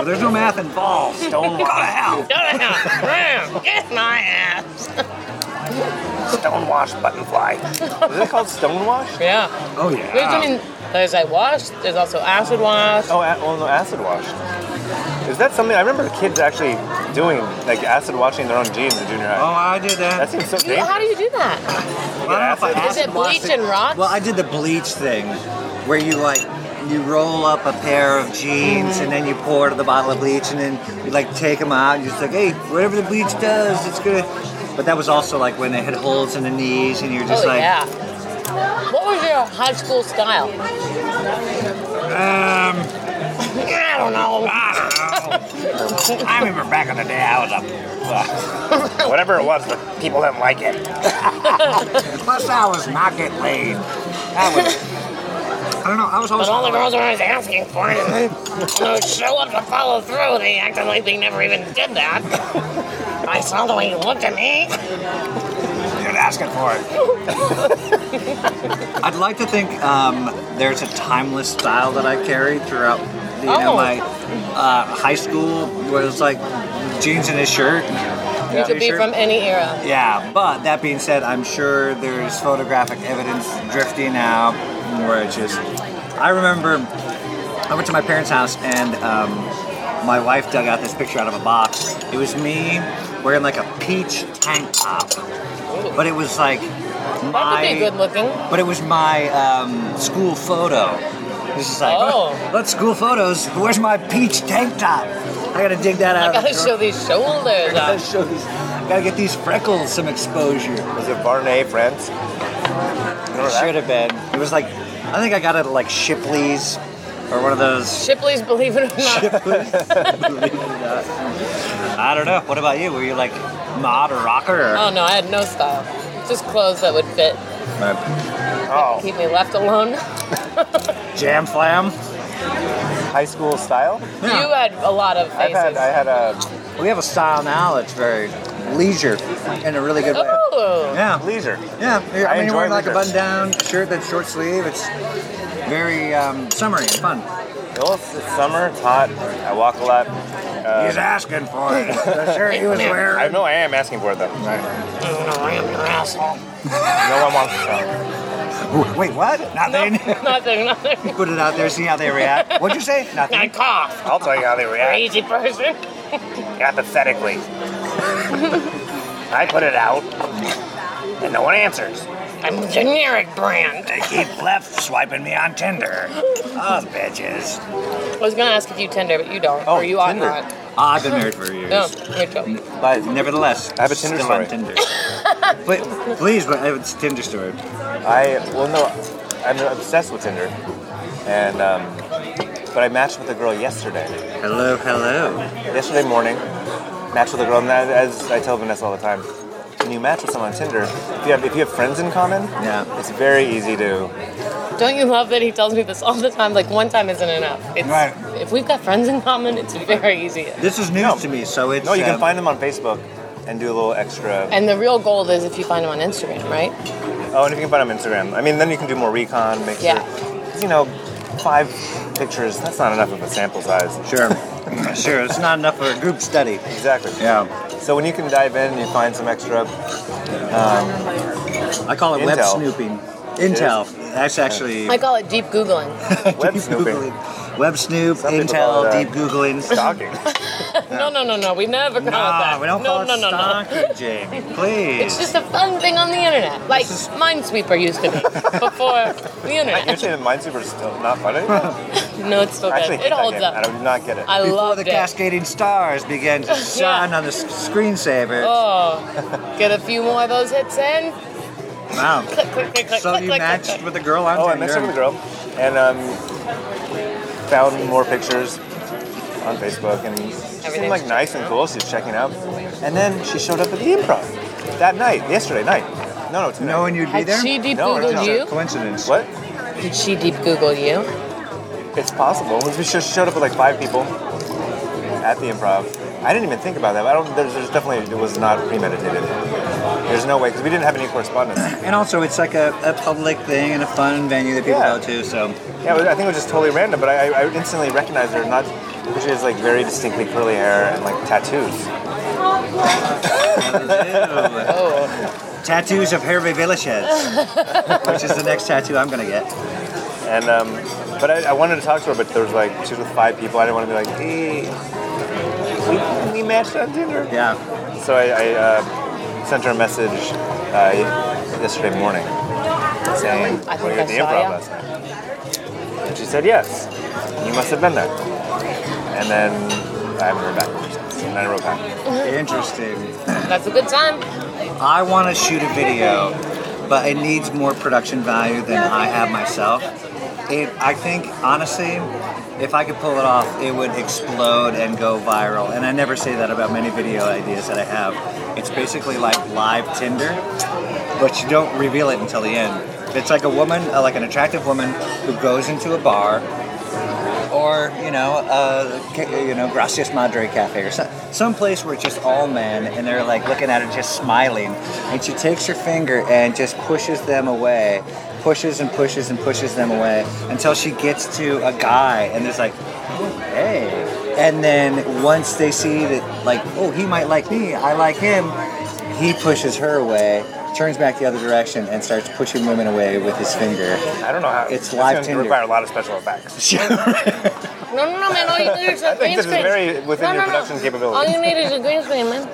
There's no math involved. Stone Go to hell.
Shut up! Get my ass!
Stonewash buttonfly. Is it called stonewash?
Yeah.
Oh
There's, I mean, there's like wash, there's also acid wash.
Oh, a- oh, no, acid wash. Is that something I remember the kids actually doing, like acid washing their own jeans in junior
Oh,
high?
I did
That
that.
seems so
You- how
dangerous.
do you do that?
Well, I don't know if I
Is it
acid washed
bleach and rocks?
Well, I did the bleach thing, where you like you roll up a pair of jeans and then you pour the bottle of bleach and then you like take them out and you're just like, hey, whatever the bleach does, it's gonna. But that was also like when they had holes in the knees and you're just
oh,
like,
yeah. What was your high school style?
Um, I don't know. I don't know. I remember back in the day, I was a.
Whatever it was, the people didn't like it.
Plus, I was not getting laid. I was. I don't know. I was always.
But all the girls were always asking for it, and then when I would show up to follow through, they acted like they never even did that. I saw the way you looked at me.
You're asking for it. I'd like to think um, there's a timeless style that I carry throughout you know,
Oh.
my uh, high school where it's like jeans and a shirt.
You could be from any era.
Yeah, but that being said, I'm sure there's photographic evidence drifting out where it's just. I remember I went to my parents' house and um, my wife dug out this picture out of a box. It was me wearing like a peach tank top, but it was like my.
That would be good looking.
But it was my um, school photo. This is like, oh. let's school photos. Where's my peach tank top? I gotta dig that
I
out. of the
gotta show
drawer.
these
I
shoulders.
gotta
off.
show these. I gotta get these freckles some exposure.
Was it Barney Friends?
It should have been. It was like, I think I got it at like Shipley's or one of those.
Shipley's, believe it or not.
I don't know. What about you? Were you like mod or rocker? Or?
Oh no, I had no style. Just clothes that would fit.
Oh.
Keep me left alone.
Jam flam.
High school style.
You had a lot of
I've
faces.
had I had a.
We have a style now that's very leisure in a really good way.
Oh.
Yeah.
Leisure.
Yeah. I,
I
mean,
enjoy
you're wearing like a
leisure.
button down shirt that's short sleeve. It's very um, summery and fun.
Well, it's, it's summer. It's hot. I walk a lot. Uh,
He's asking for it. The shirt he was wearing.
I know I am asking for it though.
I am your asshole.
No one wants to.
Wait, what? Nothing.
Nothing, nothing.
Put it out there, see how they react. What'd you say? Nothing.
I cough.
I'll tell you how they react.
Crazy person.
Apathetically. I put it out, and no one answers.
I'm a generic brand.
They keep left swiping me on Tinder. Those bitches.
I was gonna ask if you Tinder, but you don't.
Oh,
or you
Tinder.
are not.
Ah, I've been married for years.
No, you're joking.
But nevertheless, I
have a Tinder
still on
story.
Tinder. but please, but I have a Tinder story.
I well no, I'm obsessed with Tinder, and um, but I matched with a girl yesterday.
Hello, hello.
Yesterday morning, matched with a girl, and that, as I tell Vanessa all the time, when you match with someone on Tinder, if you have if you have friends in common,
Yeah.
it's very easy to.
Don't you love that he tells me this all the time? Like one time isn't enough. It's,
Right.
If we've got friends in common, it's very easy.
This is news to me, so it's.
No, you can
um,
find them on Facebook and do a little extra.
And the real goal is if you find him on Instagram, right?
Oh, and if you can find them on Instagram, I mean, then you can do more recon, make
Yeah.
sure. 'cause, You know, five pictures. That's not enough of a sample size.
Sure. sure, it's not enough for a group study.
Exactly.
Yeah.
So when you can dive in and you find some extra,
I call it web
Intel.
snooping. Intel. That's actually
I call it deep Googling.
Web
deep
snooping.
Googling. Web snoop,
Some people
Intel,
call it, uh,
deep Googling.
stalking.
No, no, no, no. We never call it that.
Nah, we don't
no,
call
no,
it
no, no.
stalking, Jamie. Please.
It's just a fun thing on the internet, like Minesweeper used to be before the
You're
internet.
saying Minesweeper is still not funny? I
No, it's still
actually
good.
hate
It
that
holds
game. I
up.
do not get it.
I
Before
loved
the
it.
cascading stars began to shine on the s- screensaver.
Oh, get a few more of those hits in.
Wow.
Click, click, click, click,
So
click,
you
click,
matched
click.
with a girl on
Oh, I
Tinder.
messed up with a girl, and um, found more pictures on Facebook, and seemed like
Everything's
nice and cool. She was checking out, and then she showed up at the improv that night, yesterday night. No, no, tonight.
Knowing you'd be
Had
there?
she deep
No, no,
Googled
no.
you?
Coincidence.
What?
Did she deep Google you?
It's possible. We just showed up with like five people at the improv. I didn't even think about that. I don't. There's, there's definitely it was not premeditated. There's no way because we didn't have any correspondence.
And also, it's like a, a public thing and a fun venue that people
Yeah.
go to, so.
Yeah, I think it was just totally random, but I, I instantly recognized her. Not because she has like very distinctly curly hair and like tattoos.
Oh.
Tattoos of Hervé Villachez, which is the next tattoo I'm gonna get.
And um, but I, I wanted to talk to her, but there was like two to five people. I didn't want to be like, hey, we, we matched on Tinder.
Yeah.
So I, I uh, sent her a message uh, yesterday morning saying,
I think
"Were you at
I
the
saw
improv
ya.
last night?" And she said yes. You must have been there. And then I haven't heard back from her since. And then I wrote back.
Interesting.
That's a good time.
I wanna shoot a video, but it needs more production value than I have myself. It, I think, honestly, if I could pull it off, it would explode and go viral. And I never say that about many video ideas that I have. It's basically like live Tinder. but you don't reveal it until the end. It's like a woman, uh, like an attractive woman, who goes into a bar, or you know, uh, ca- you know, Gracias Madre Cafe, or some some place where it's just all men, and they're like looking at her, just smiling, and she takes her finger and just pushes them away, pushes and pushes and pushes them away until she gets to a guy, and there's like, oh, hey. And then once they see that, like, oh, he might like me, I like him, he pushes her away, turns back the other direction, and starts pushing women away with his finger.
I don't know how.
It's live
It's going
Tinder.
to require a lot of special effects.
No, no, no, man. All you need is a
I think
green
this is
screen.
very within
no,
your
no,
production
no.
capabilities.
All you need is a green screen, man.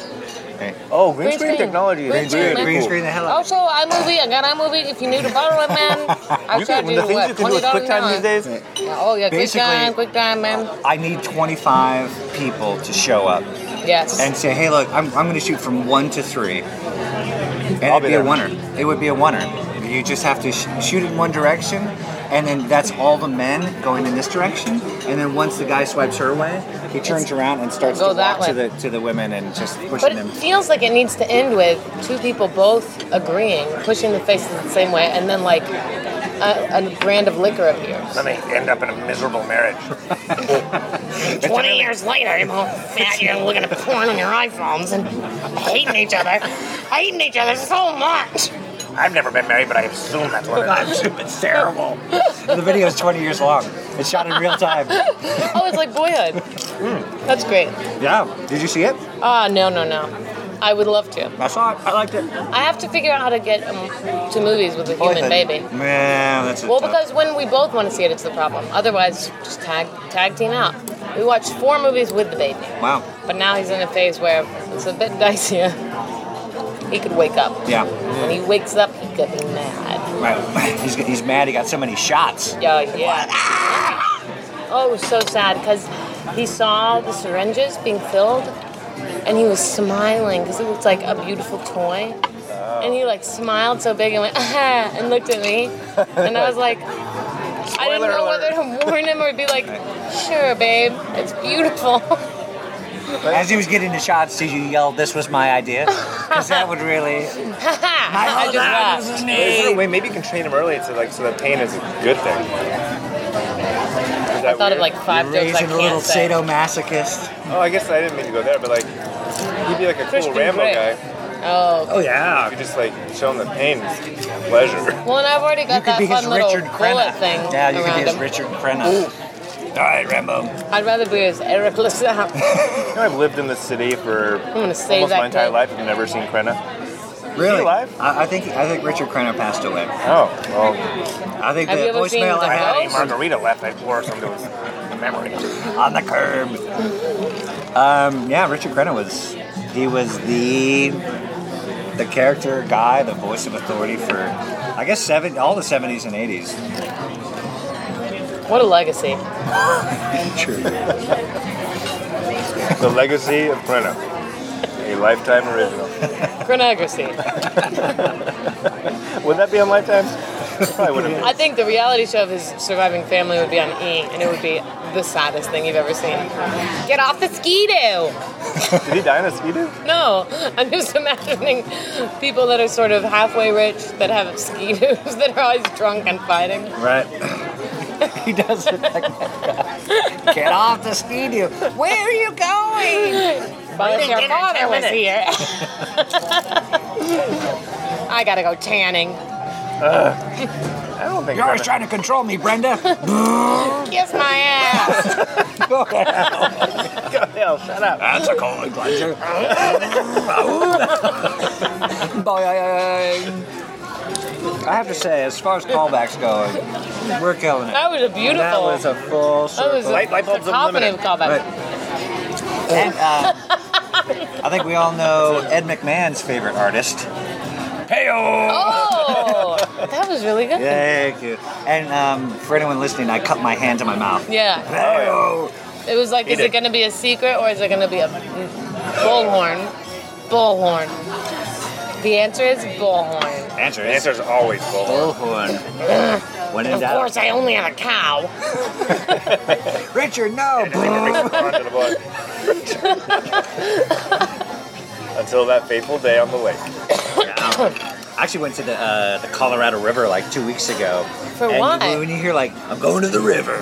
Oh, green,
Green
screen,
screen.
technology.
Green
is
screen,
really
man.
cool.
Also, iMovie, I got iMovie. If you need to borrow it, man, I
You
charge
can-
you,
the things
what,
you can do
$20
with QuickTime
an hour.
these days?
Yeah, oh, yeah,
Basically-
QuickTime, QuickTime, man.
I need 25 people to show up
Yes.
and say, hey, look, I'm, I'm going to shoot from one to three. And
I'll
it'd be,
be
a
there.
winner. It would be a winner. You just have to sh- shoot in one direction, and then that's all the men going in this direction. And then once the guy swipes her way, he turns around and starts
Go
to
that
walk to
way.
the to the women and just
But
pushing
it
them.
feels like it needs to end with two people both agreeing, pushing the faces the same way, and then like a, a brand of liquor appears.
Then they end up in a miserable marriage.
Twenty years later, you're both fat. You're looking at porn on your iPhones and hating each other, hating each other so much.
I've never been married, but I assume that's
Oh
what it is.
it's terrible. the video is 20 years long. It's shot in real time.
oh, it's like Boyhood.
Hmm.
That's great.
Yeah. Did you see it?
Ah, no, no, no. I would love to.
I saw it. I liked it.
I have to figure out how to get um, to movies with a
Oh,
human baby.
Man, that's a
Well,
tough-
because when we both want to see it, it's the problem. Otherwise, just tag tag team out. We watched four movies with the baby,
Wow.
but now he's in a phase where it's a bit dicier. He could wake up.
Yeah.
When he wakes up, he could be mad.
Right. He's, he's mad he got so many shots.
Yeah, yeah. Oh, it was so sad because he saw the syringes being filled, and he was smiling because it looked like a beautiful toy. And he like smiled so big and went ah, and looked at me, and I was like, I didn't know whether to warn him or be like, sure, babe, it's beautiful.
As he was getting the shots, did you yell, This was my idea? Because that would really.
I just laughed.
Is there a way maybe you can train them early to like so that pain is a good thing? I
thought of, like, five You're jokes I raising a can't little say.
sadomasochist.
Oh, I guess I didn't mean to go there, but like he'd be like a
Christian
cool Rambo
Grey.
guy.
Oh.
yeah. You just like show him the pain, it's pleasure.
Well, and I've already got that fun little bullet thing
Yeah, you could
around
be his
him.
Richard Crenna. All right, Rambo.
I'd rather be his Eric Lesap.
You know, I've lived in the city for
gonna save
almost
that
my entire
clip.
life. I've never seen Krenna.
Really? I, I think I think Richard Crenna passed away.
Oh, well.
I think
Have
the
you ever seen
voicemail
The
I had
Ghost? margarita left. I wore some to his memory.
on the curb. Um, yeah, Richard Crenna was he was the the character guy, the voice of authority for I guess seven all the seventies and eighties.
What a legacy.
True.
The legacy of Krenna, a lifetime original.
Chronography.
Would that be on Lifetime? Probably wouldn't.
I think the reality show of his surviving family would be on E, and it would be the saddest thing you've ever seen. Get off the ski do!
Did he die in a ski do?
No, I'm just imagining people that are sort of halfway rich that have ski doos that are always drunk and fighting.
Right. he does it like that guy. Get off the studio. Where are you
going? Well, if your father was here. I gotta go tanning.
I don't think
You're always trying to control me, Brenda.
Kiss my ass.
Go to hell.
Go to hell, shut up.
That's a colon cleanser. Boing. I have to say, as far as callbacks go, we're killing it.
That was a beautiful-
That was a full circle.
That was a, a confident callback.
Right. And uh, I think we all know Ed McMahon's favorite artist. Heyo!
Oh, that was really good.
Thank you. And um, for anyone listening, I cut my hand to my mouth.
Yeah.
Heyo!
It was like,
He
is
did.
it going to be a secret or is it going to be a bullhorn? Bullhorn. The answer is bullhorn.
Answer
is. Answer's always bullhorn.
Bullhorn. When in
of
doubt.
course, I only have a cow.
Richard, no!
Onto the blood. Until that fateful day on the lake.
I actually went to the uh, the Colorado River like two weeks ago.
For
and
what?
When you hear like I'm going to the river,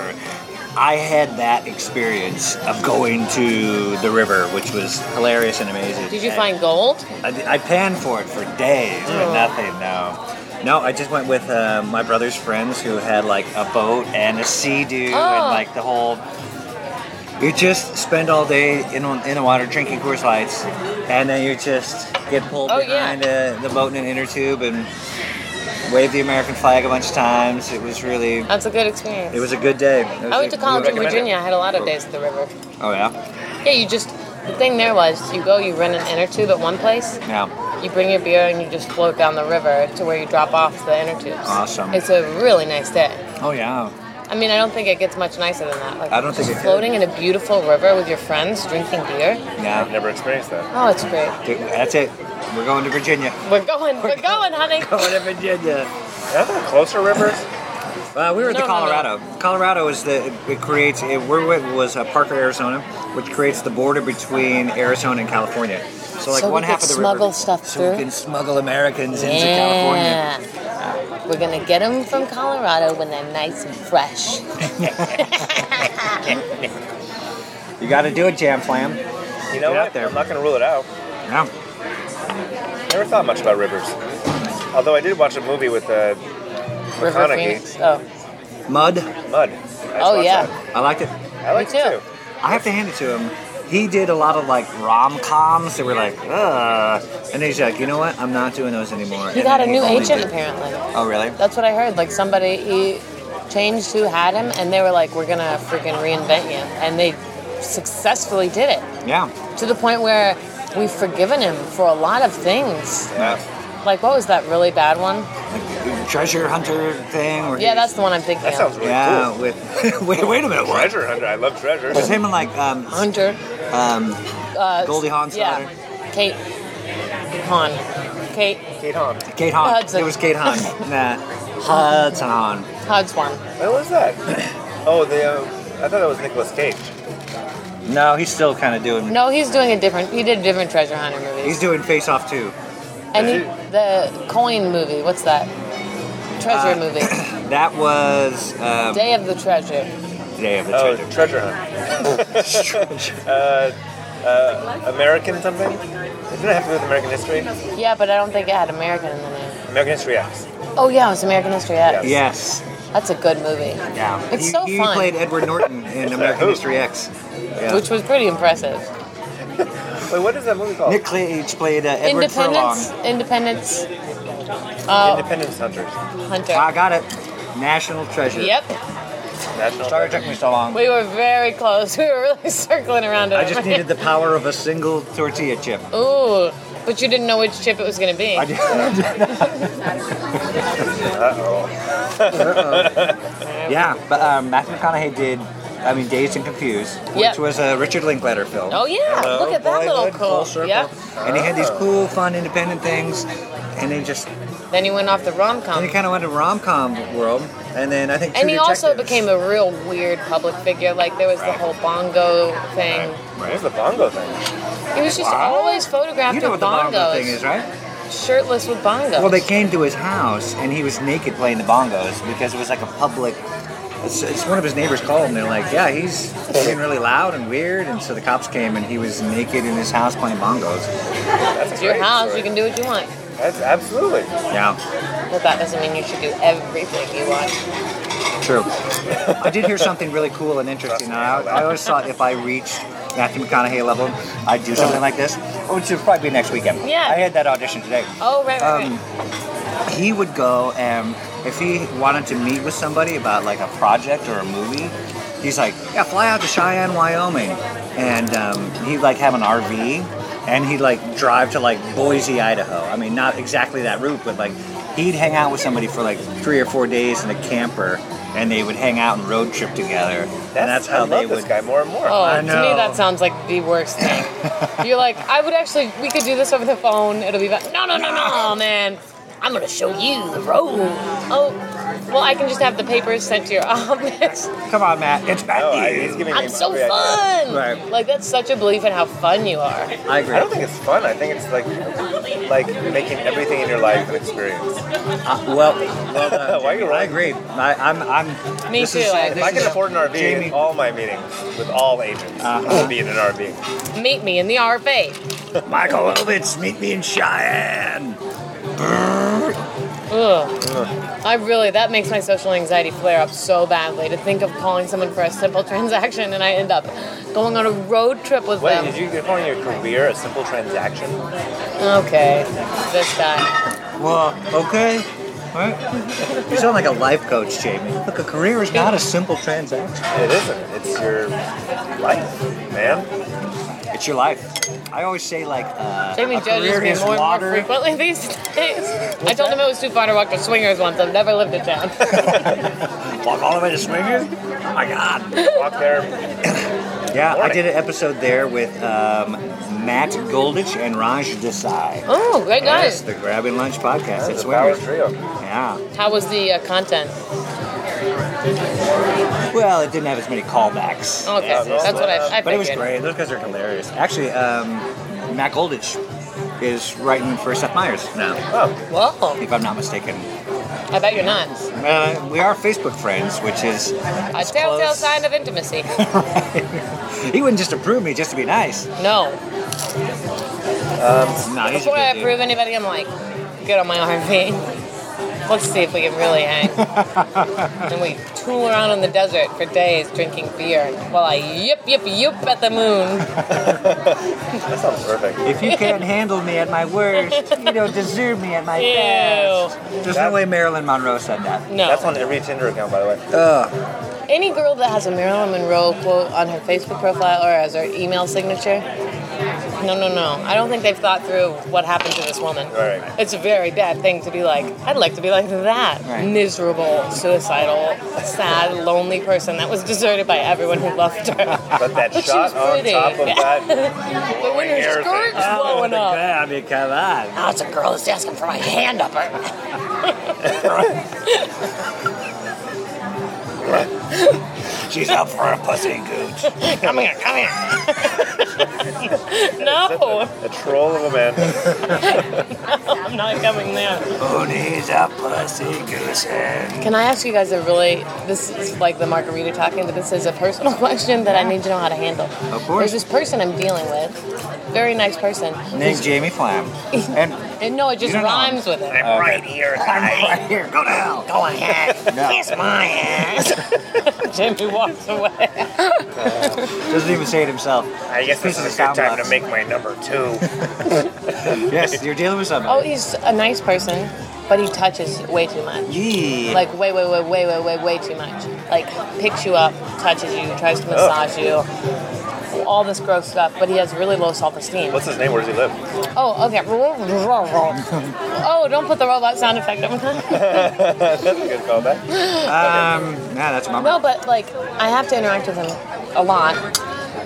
I had that experience of going to the river, which was hilarious and amazing.
Did you
And
find gold?
I, I panned for it for days, but
Oh.
nothing. No. No, I just went with uh, my brother's friends who had like a boat and a sea doo
Oh.
and like the whole You just spend all day in in the water drinking Coors Lights, and then you just get pulled
Oh, yeah.
behind uh the boat in an inner tube and wave the American flag a bunch of times. It was really,
That's a good experience.
it was a good day. It was
I went
a-
to college in Virginia. I had a lot of
Oh.
days at the river.
Oh yeah,
Yeah, you just the thing there was you go, you rent an inner tube at one place,
yeah.
you bring your beer, and you just float down the river to where you drop off the inner tubes.
Awesome.
It's a really nice day.
Oh yeah.
I mean, I don't think it gets much nicer than that. Like
I don't think
just
it-
floating in a beautiful river with your friends, drinking beer.
Yeah. I've never experienced that.
Oh, it's great.
That's it. We're going to Virginia.
We're going. We're going, honey.
Going to Virginia. closer rivers? Uh, we were at
No,
the
no, no.
Colorado. Colorado is the it creates it. We're with was uh, Parker, Arizona, which creates the border between Arizona and California. So like
So we
one half
could
of the
smuggle
river,
stuff
so
through?
we can smuggle Americans into
Yeah.
California.
We're gonna get them from Colorado when they're nice and fresh.
You got to do it, Jam Flam.
You know
Get
what?
out there.
I'm not going to rule it out.
Yeah.
Never thought much about rivers. Although I did watch a movie with uh,
River
McConaughey.
Oh.
Mud.
Mud.
Oh, yeah.
I liked it.
I liked it too.
I have to hand it to him. He did a lot of like rom coms that were like, ugh. And he's like, you know what? I'm not doing those anymore.
He
And
got a
then
new
only
agent
did-
apparently.
Oh, really?
That's what I heard. Like somebody he changed who had him, and they were like, "We're gonna freaking reinvent you," and they successfully did it
Yeah.
to the point where we've forgiven him for a lot of things.
Yeah.
Like what was that really bad one?
Treasure hunter thing. Where
Yeah,
he-
that's the one I'm thinking.
That
of.
sounds really Yeah, cool. with wait, wait a minute. What?
Treasure hunter. I love treasure.
It was him and like um,
Hunter.
Um,
Uh,
Goldie Hawn's
yeah. Kate Hawn. Kate.
Kate Hawn.
Kate Hahn.
Hudson.
It was Kate Hahn. nah, Hudson.
Hodgson.
What was that? Oh, the. Um, I thought that was Nicolas Cage.
No, he's still kind of doing.
No, he's doing a different. He did different treasure hunter movies.
He's doing Face Off too.
and he, the coin movie. What's that? Treasure
Uh,
movie.
That was um,
Day of the Treasure.
Day of the
Oh,
Treasure.
treasure hunt. uh, uh, American something? Didn't it have to do with American history?
Yeah, but I don't think it had American in the name.
American History X.
Oh yeah, it was American History X.
Oh, Yes.
That's a good movie.
Yeah.
It's
he,
so
he
fun.
played Edward Norton in American History X. Yeah.
Which was pretty impressive.
Wait, what is that movie called?
Nick Cage played uh, Edward Furlong.
Independence. Independence. Oh,
Independence Hunters.
Hunter.
I got it. National Treasure.
Yep.
National
Sorry it took me so long.
We were very close. We were really circling around it.
I just needed the power of a single tortilla chip.
Ooh, but you didn't know which chip it was going to be.
I did- Uh-oh. yeah, but um, Matthew McConaughey did, I mean, Dazed and Confused, which
Yep.
was a Richard Linklater film.
Oh yeah,
Hello,
look at that little
Boyhood, full
cool.
circle. Ah.
Yep.
And he had these cool, fun, independent things, and then just
Then he went off the rom
then
com.
he kind of went to rom com world, and then I think True
And he also
Detective-
became a real weird public figure. Like there was the whole bongo thing.
What was the bongo thing?
He was just always photographed
you know what
with
the
bongos,
bongo thing is, right?
shirtless with bongos.
Well, they came to his house and he was naked playing the bongos because it was like a public. It's, it's one of his neighbors called and they're like, "Yeah, he's being really loud and weird," and so the cops came and he was naked in his house playing bongos.
That's
it's
a
your
great
house.
story.
You can do what you want.
That's absolutely.
Yeah,
But that doesn't mean you should do everything you want.
true. I did hear something really cool and interesting. And I, I always thought if I reached Matthew McConaughey level, I'd do something like this, which would probably be next weekend.
Yeah.
I had that audition today.
Oh right, right,
Um,
right.
he would go and if he wanted to meet with somebody about like a project or a movie, he's like, yeah, fly out to Cheyenne, Wyoming, and um, he'd like have an RV and he'd like drive to like Boise, Idaho. I mean, not exactly that route, but like he'd hang out with somebody for like three or four days in a camper, and they would hang out and road trip together, and that's how
I love
they
this
would.
guy more and more.
Oh,
I
to
know.
me that sounds like the worst thing. You're like, I would actually, we could do this over the phone. It'll be fine. No, no, no, no, man. I'm gonna show you the road. Oh, well, I can just have the papers sent to your office.
Come on, Matt, it's Matthew.
No, Oh, I- he's giving me
I'm so
great ideas.
fun.
Right.
Like that's such a belief in how fun you are.
I agree.
I don't think it's fun. I think it's like like making everything in your life an experience.
Uh, well, well done,
Why you
Jamie. I
laughing?
agree. I, I'm, I'm.
Me
this
too,
Is,
I
this
If I
is-
can afford an RV,
Jamie-
in all my meetings with all agents will be in an RV.
Meet me in the RV.
Michael Ovitz, meet me in Cheyenne.
Ugh. I really that makes my social anxiety flare up so badly to think of calling someone for a simple transaction and I end up going on a road trip with
What
them.
did you you're calling your career a simple transaction?
Okay, this guy.
Well, okay. What? You sound like a life coach, Jamie. Look, a career is not a simple transaction.
It isn't. It's your life, man.
It's your life. I always say like uh,
Jamie
a
judges
career
me
is
more and more
water.
frequently these days. I told him it was too far to walk to swingers once. I've never lived in town.
Walk all the way to Swingers? Oh my God.
Walk there.
Yeah, I did an episode there with um, Matt Goldich and Raj Desai.
Oh, great
Yes,
guys.
the Grabbing Lunch podcast. It's
the power
Swingers.
trio.
Yeah.
How was the uh, content?
Well, it didn't have as many callbacks.
Okay, Yeah, that's that's what I- I
But it was
figured.
great. Those guys are hilarious. Actually, um, Matt Goldich is writing for Seth Meyers now.
Oh,
well.
If I'm not mistaken.
I bet you're not.
Uh, we are Facebook friends, which is
A telltale sign of intimacy.
he wouldn't just approve me just to be nice.
No.
Um, no, he's a
Before I
good dude.
approve anybody, I'm like, get on my RV. Let's see if we can really hang. and we tool around in the desert for days drinking beer while I yip, yip, yip at the moon.
That sounds perfect.
If you can't handle me at my worst, you don't deserve me at my
Ew.
best. There's no way Marilyn Monroe said that.
No.
That's on every Tinder account, by the way.
Ugh.
Any girl that has a Marilyn Monroe quote on her Facebook profile or as her email signature, no, no, no. I don't think they've thought through what happened to this woman.
Right.
It's a very bad thing to be like, I'd like to be like that
Right.
miserable, suicidal, sad, lonely person that was deserted by everyone who loved her.
But that
But she was
shot on
pretty.
top of that.
But when her
hair
skirt's
thing.
Oh
blowing up.
I mean, come on.
Oh, it's a girl that's asking for my hand up her.
She's out for a pussy gooch.
come here, come here. no,
A troll of a man.
I'm not coming there.
Ponies a pussy goose hen.
Can I ask you guys a really, this is like the margarita talking, but this is a personal question that I need to know how to handle.
Of
There's
course.
this person I'm dealing with, very nice person.
Named Jamie Flam. And uh,
And no, it just
You don't know.
rhymes with it.
Okay.
here,
I'm right here. Go to hell.
Go ahead.
No.
my ass.
Jamie walks away.
Uh, Doesn't even say it himself.
I guess this
Piece of
is a good
sound
time
box.
to make my number two.
Yes, you're dealing with
Oh,
somebody.
he's a nice person, but he touches way too much.
yeah.
Like way, way, way, way, way, way, way too much. Like picks you up, touches you, tries to
Oh.
massage you, all this gross stuff. But he has really low self-esteem.
What's his name? Where does he live?
Oh, okay. oh, don't put the robot sound effect on.
That's a good callback.
uh,
um, nah, that's my
no, but like I have to interact with him a lot.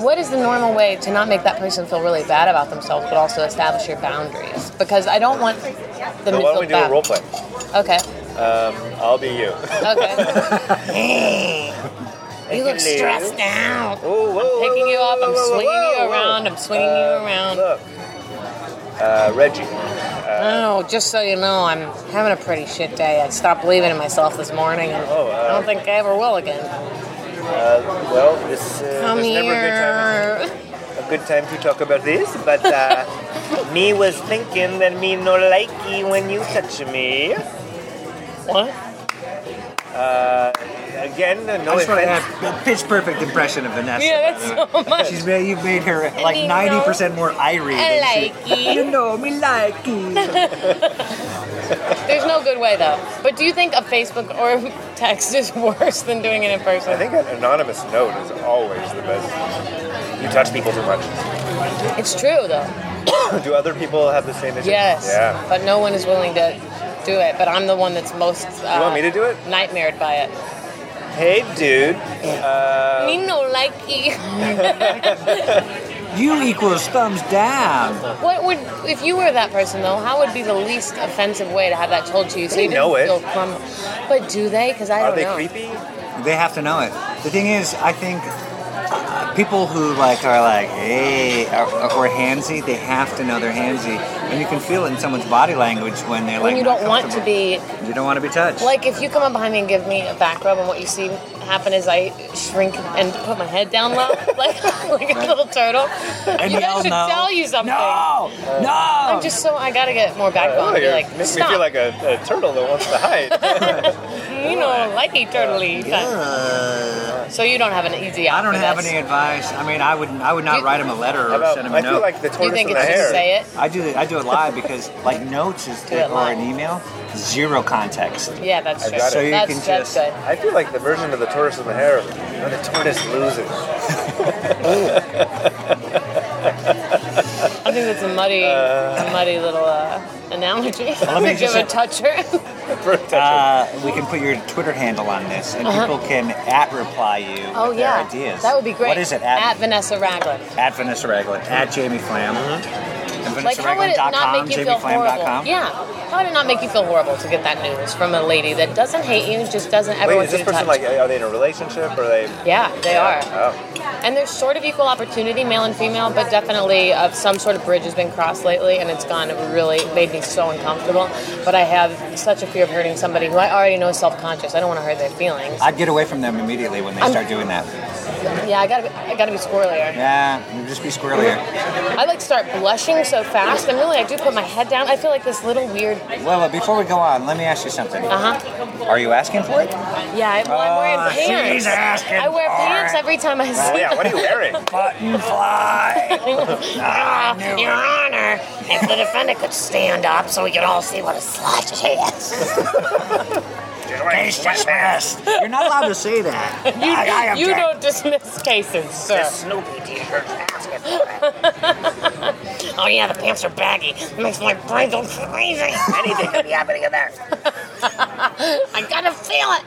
What is the normal way to not make that person feel really bad about themselves, but also establish your boundaries? Because I don't want them to
So
feel
why don't we do a
bad.
role play?
Okay.
Um, I'll be you.
Okay.
You look stressed out.
Oh, whoa,
Picking you up, I'm swinging you around, I'm swinging you around.
Look. Uh, Reggie.
Oh, just so you know, I'm having a pretty shit day. I stopped believing in myself this morning, and
Oh, uh,
I don't think I ever will again.
Uh, well, this, uh,
Come
there's never
here.
a good, time, a good time to talk about this, but uh, me was thinking that me no like you when you touch me.
What?
Uh, again, no
I just want to
offense.
add a pitch perfect impression of Vanessa. Uh,
Yeah, that's so much.
She's made, you've made her like
You know,
90% more Irie than
I
she.
like you.
know me like you.
There's no good way though. But do you think a Facebook or text is worse than doing it in person?
I think an anonymous note is always the best. You touch people too much.
it's true though.
Do other people have the same issue?
Yes.
Yeah.
But no one is willing to do it. But I'm the one that's most. Uh,
You want me to do it?
Nightmared by it.
Hey, dude. Uh,
Me no like you.
You equals thumbs down.
What would if you were that person though? How would be the least offensive way to have that told to you? So
They
you didn't
know it.
feel crumb- But do they? Because I
are
don't
they
know.
creepy?
They have to know it. The thing is, I think uh, people who like are like, hey, or, or handsy, they have to know they're handsy, and you can feel it in someone's body language when they're
When
like.
you
not
don't want to
comfortable.
be
You don't want to be touched.
like, if you come up behind me and give me a back rub and what you see happen is I shrink and put my head down low, like like a little turtle.
And
you
yell
guys should
no.
tell you something.
No,
no.
I'm just so I gotta get more backbone.
Oh,
to be like,
makes
stop.
me feel like a, a turtle that wants to hide.
you know, like a turtley. So you don't have an easy out.
Uh, I don't
for
have
this.
any advice. I mean, I would I would not
You-
write him a letter or
How about-
send him a
I
note.
feel like the You tortoise think and it's the just hare. say it?
I do I do it live because like notes is
it
or an email, zero context.
Yeah, that's
I
true.
got it. So you
that's,
can just-
that's good.
I feel like the version of the tortoise and the hare. You know, the tortoise loses.
I think that's a muddy, a muddy little uh, analogy.
Well, let me
Give
just
a
say-
toucher.
Uh, we can put your Twitter handle on this, and
Uh-huh.
people can at reply you
Oh
with their
yeah,
ideas.
that would be great.
What is it? At,
Vanessa Ragland.
at Vanessa Ragland, at Jamie Flam, and
Mm-hmm. Like how would it not
VanessaRagland.com,
make you feel
JamieFlam.com.
horrible? Yeah, how would it not make you feel horrible to get that news from a lady that doesn't hate you, just doesn't ever
Wait,
want
is
you
this
to
person
touch?
like? Are they in a relationship? Or are they?
yeah, they are.
Oh.
And there's sort of equal opportunity, male and female, but definitely uh, some sort of bridge has been crossed lately, and it's gone. It really made me so uncomfortable. But I have such a fear of hurting somebody who I already know is self-conscious. I don't want to hurt their feelings.
I'd get away from them immediately when they
I'm-
start doing that.
Yeah, I gotta, be, I gotta be squirrelier.
Yeah, just be squirrelier.
I like start blushing so fast, and really I do put my head down. I feel like this little weird.
Well, uh, before we go on, let me ask you something.
Uh huh.
Are you asking for it?
Yeah. I, well, I'm
Ah,
wearing
Oh,
pants.
she's asking
I wear
for
pants
it.
every time I see.
Oh,
Button fly.
Your Honor, if the defendant could stand up so we could all see what a slut she is.
Case dismissed. You're not allowed to say that.
You,
I
you
object.
don't dismiss cases, sir.
This
Snoopy t-shirt Oh yeah, the pants are baggy. It makes my brain go crazy. Anything could be happening in there. I gotta feel it.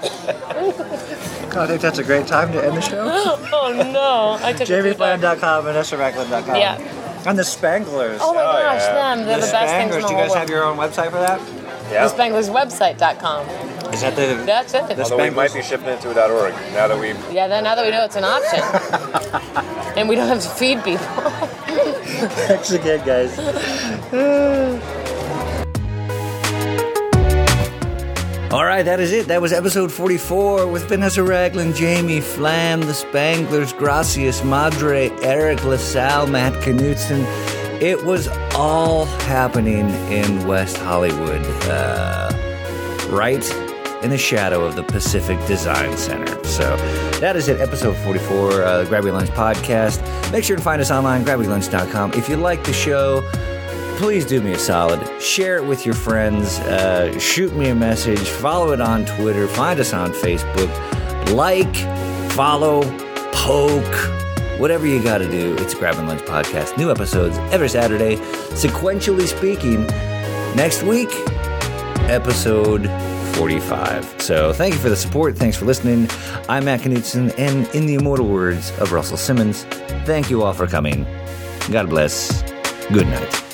I think that's a great time to end the show.
oh no, I took it too far.
JamieFlam.com, VanessaRackland.com.
Yeah.
And the Spanglers.
Oh my Oh, gosh, yeah. them. They're the best things in
Spanglers.
the
Do you
whole
guys have
world.
your own website for that?
TheSpanglesWebsite.com.
Is that the.
That's it.
Although we might be shifting it to .org now that we.
Yeah, then now that we know it's an option, and we don't have to feed people.
Thanks again, guys.
All right, that is it. That was episode 44 with Vanessa Ragland, Jamie Flam, The Spanglers, Gracias Madre, Eric LaSalle, Matt Knutson. It was all happening in West Hollywood, uh, right in the shadow of the Pacific Design Center. So that is it, episode 44 uh, Grab Your Lunch podcast. Make sure to find us online, grabyourlunch.com. If you like the show, please do me a solid. Share it with your friends. Uh, shoot me a message. Follow it on Twitter. Find us on Facebook. Like, follow, poke, whatever you got to do. It's Grab and Lunch Podcast. New episodes every Saturday. Sequentially speaking, next week, episode 45. So thank you for the support. Thanks for listening. I'm Matt Knutson, and in the immortal words of Russell Simmons, thank you all for coming. God bless. Good night.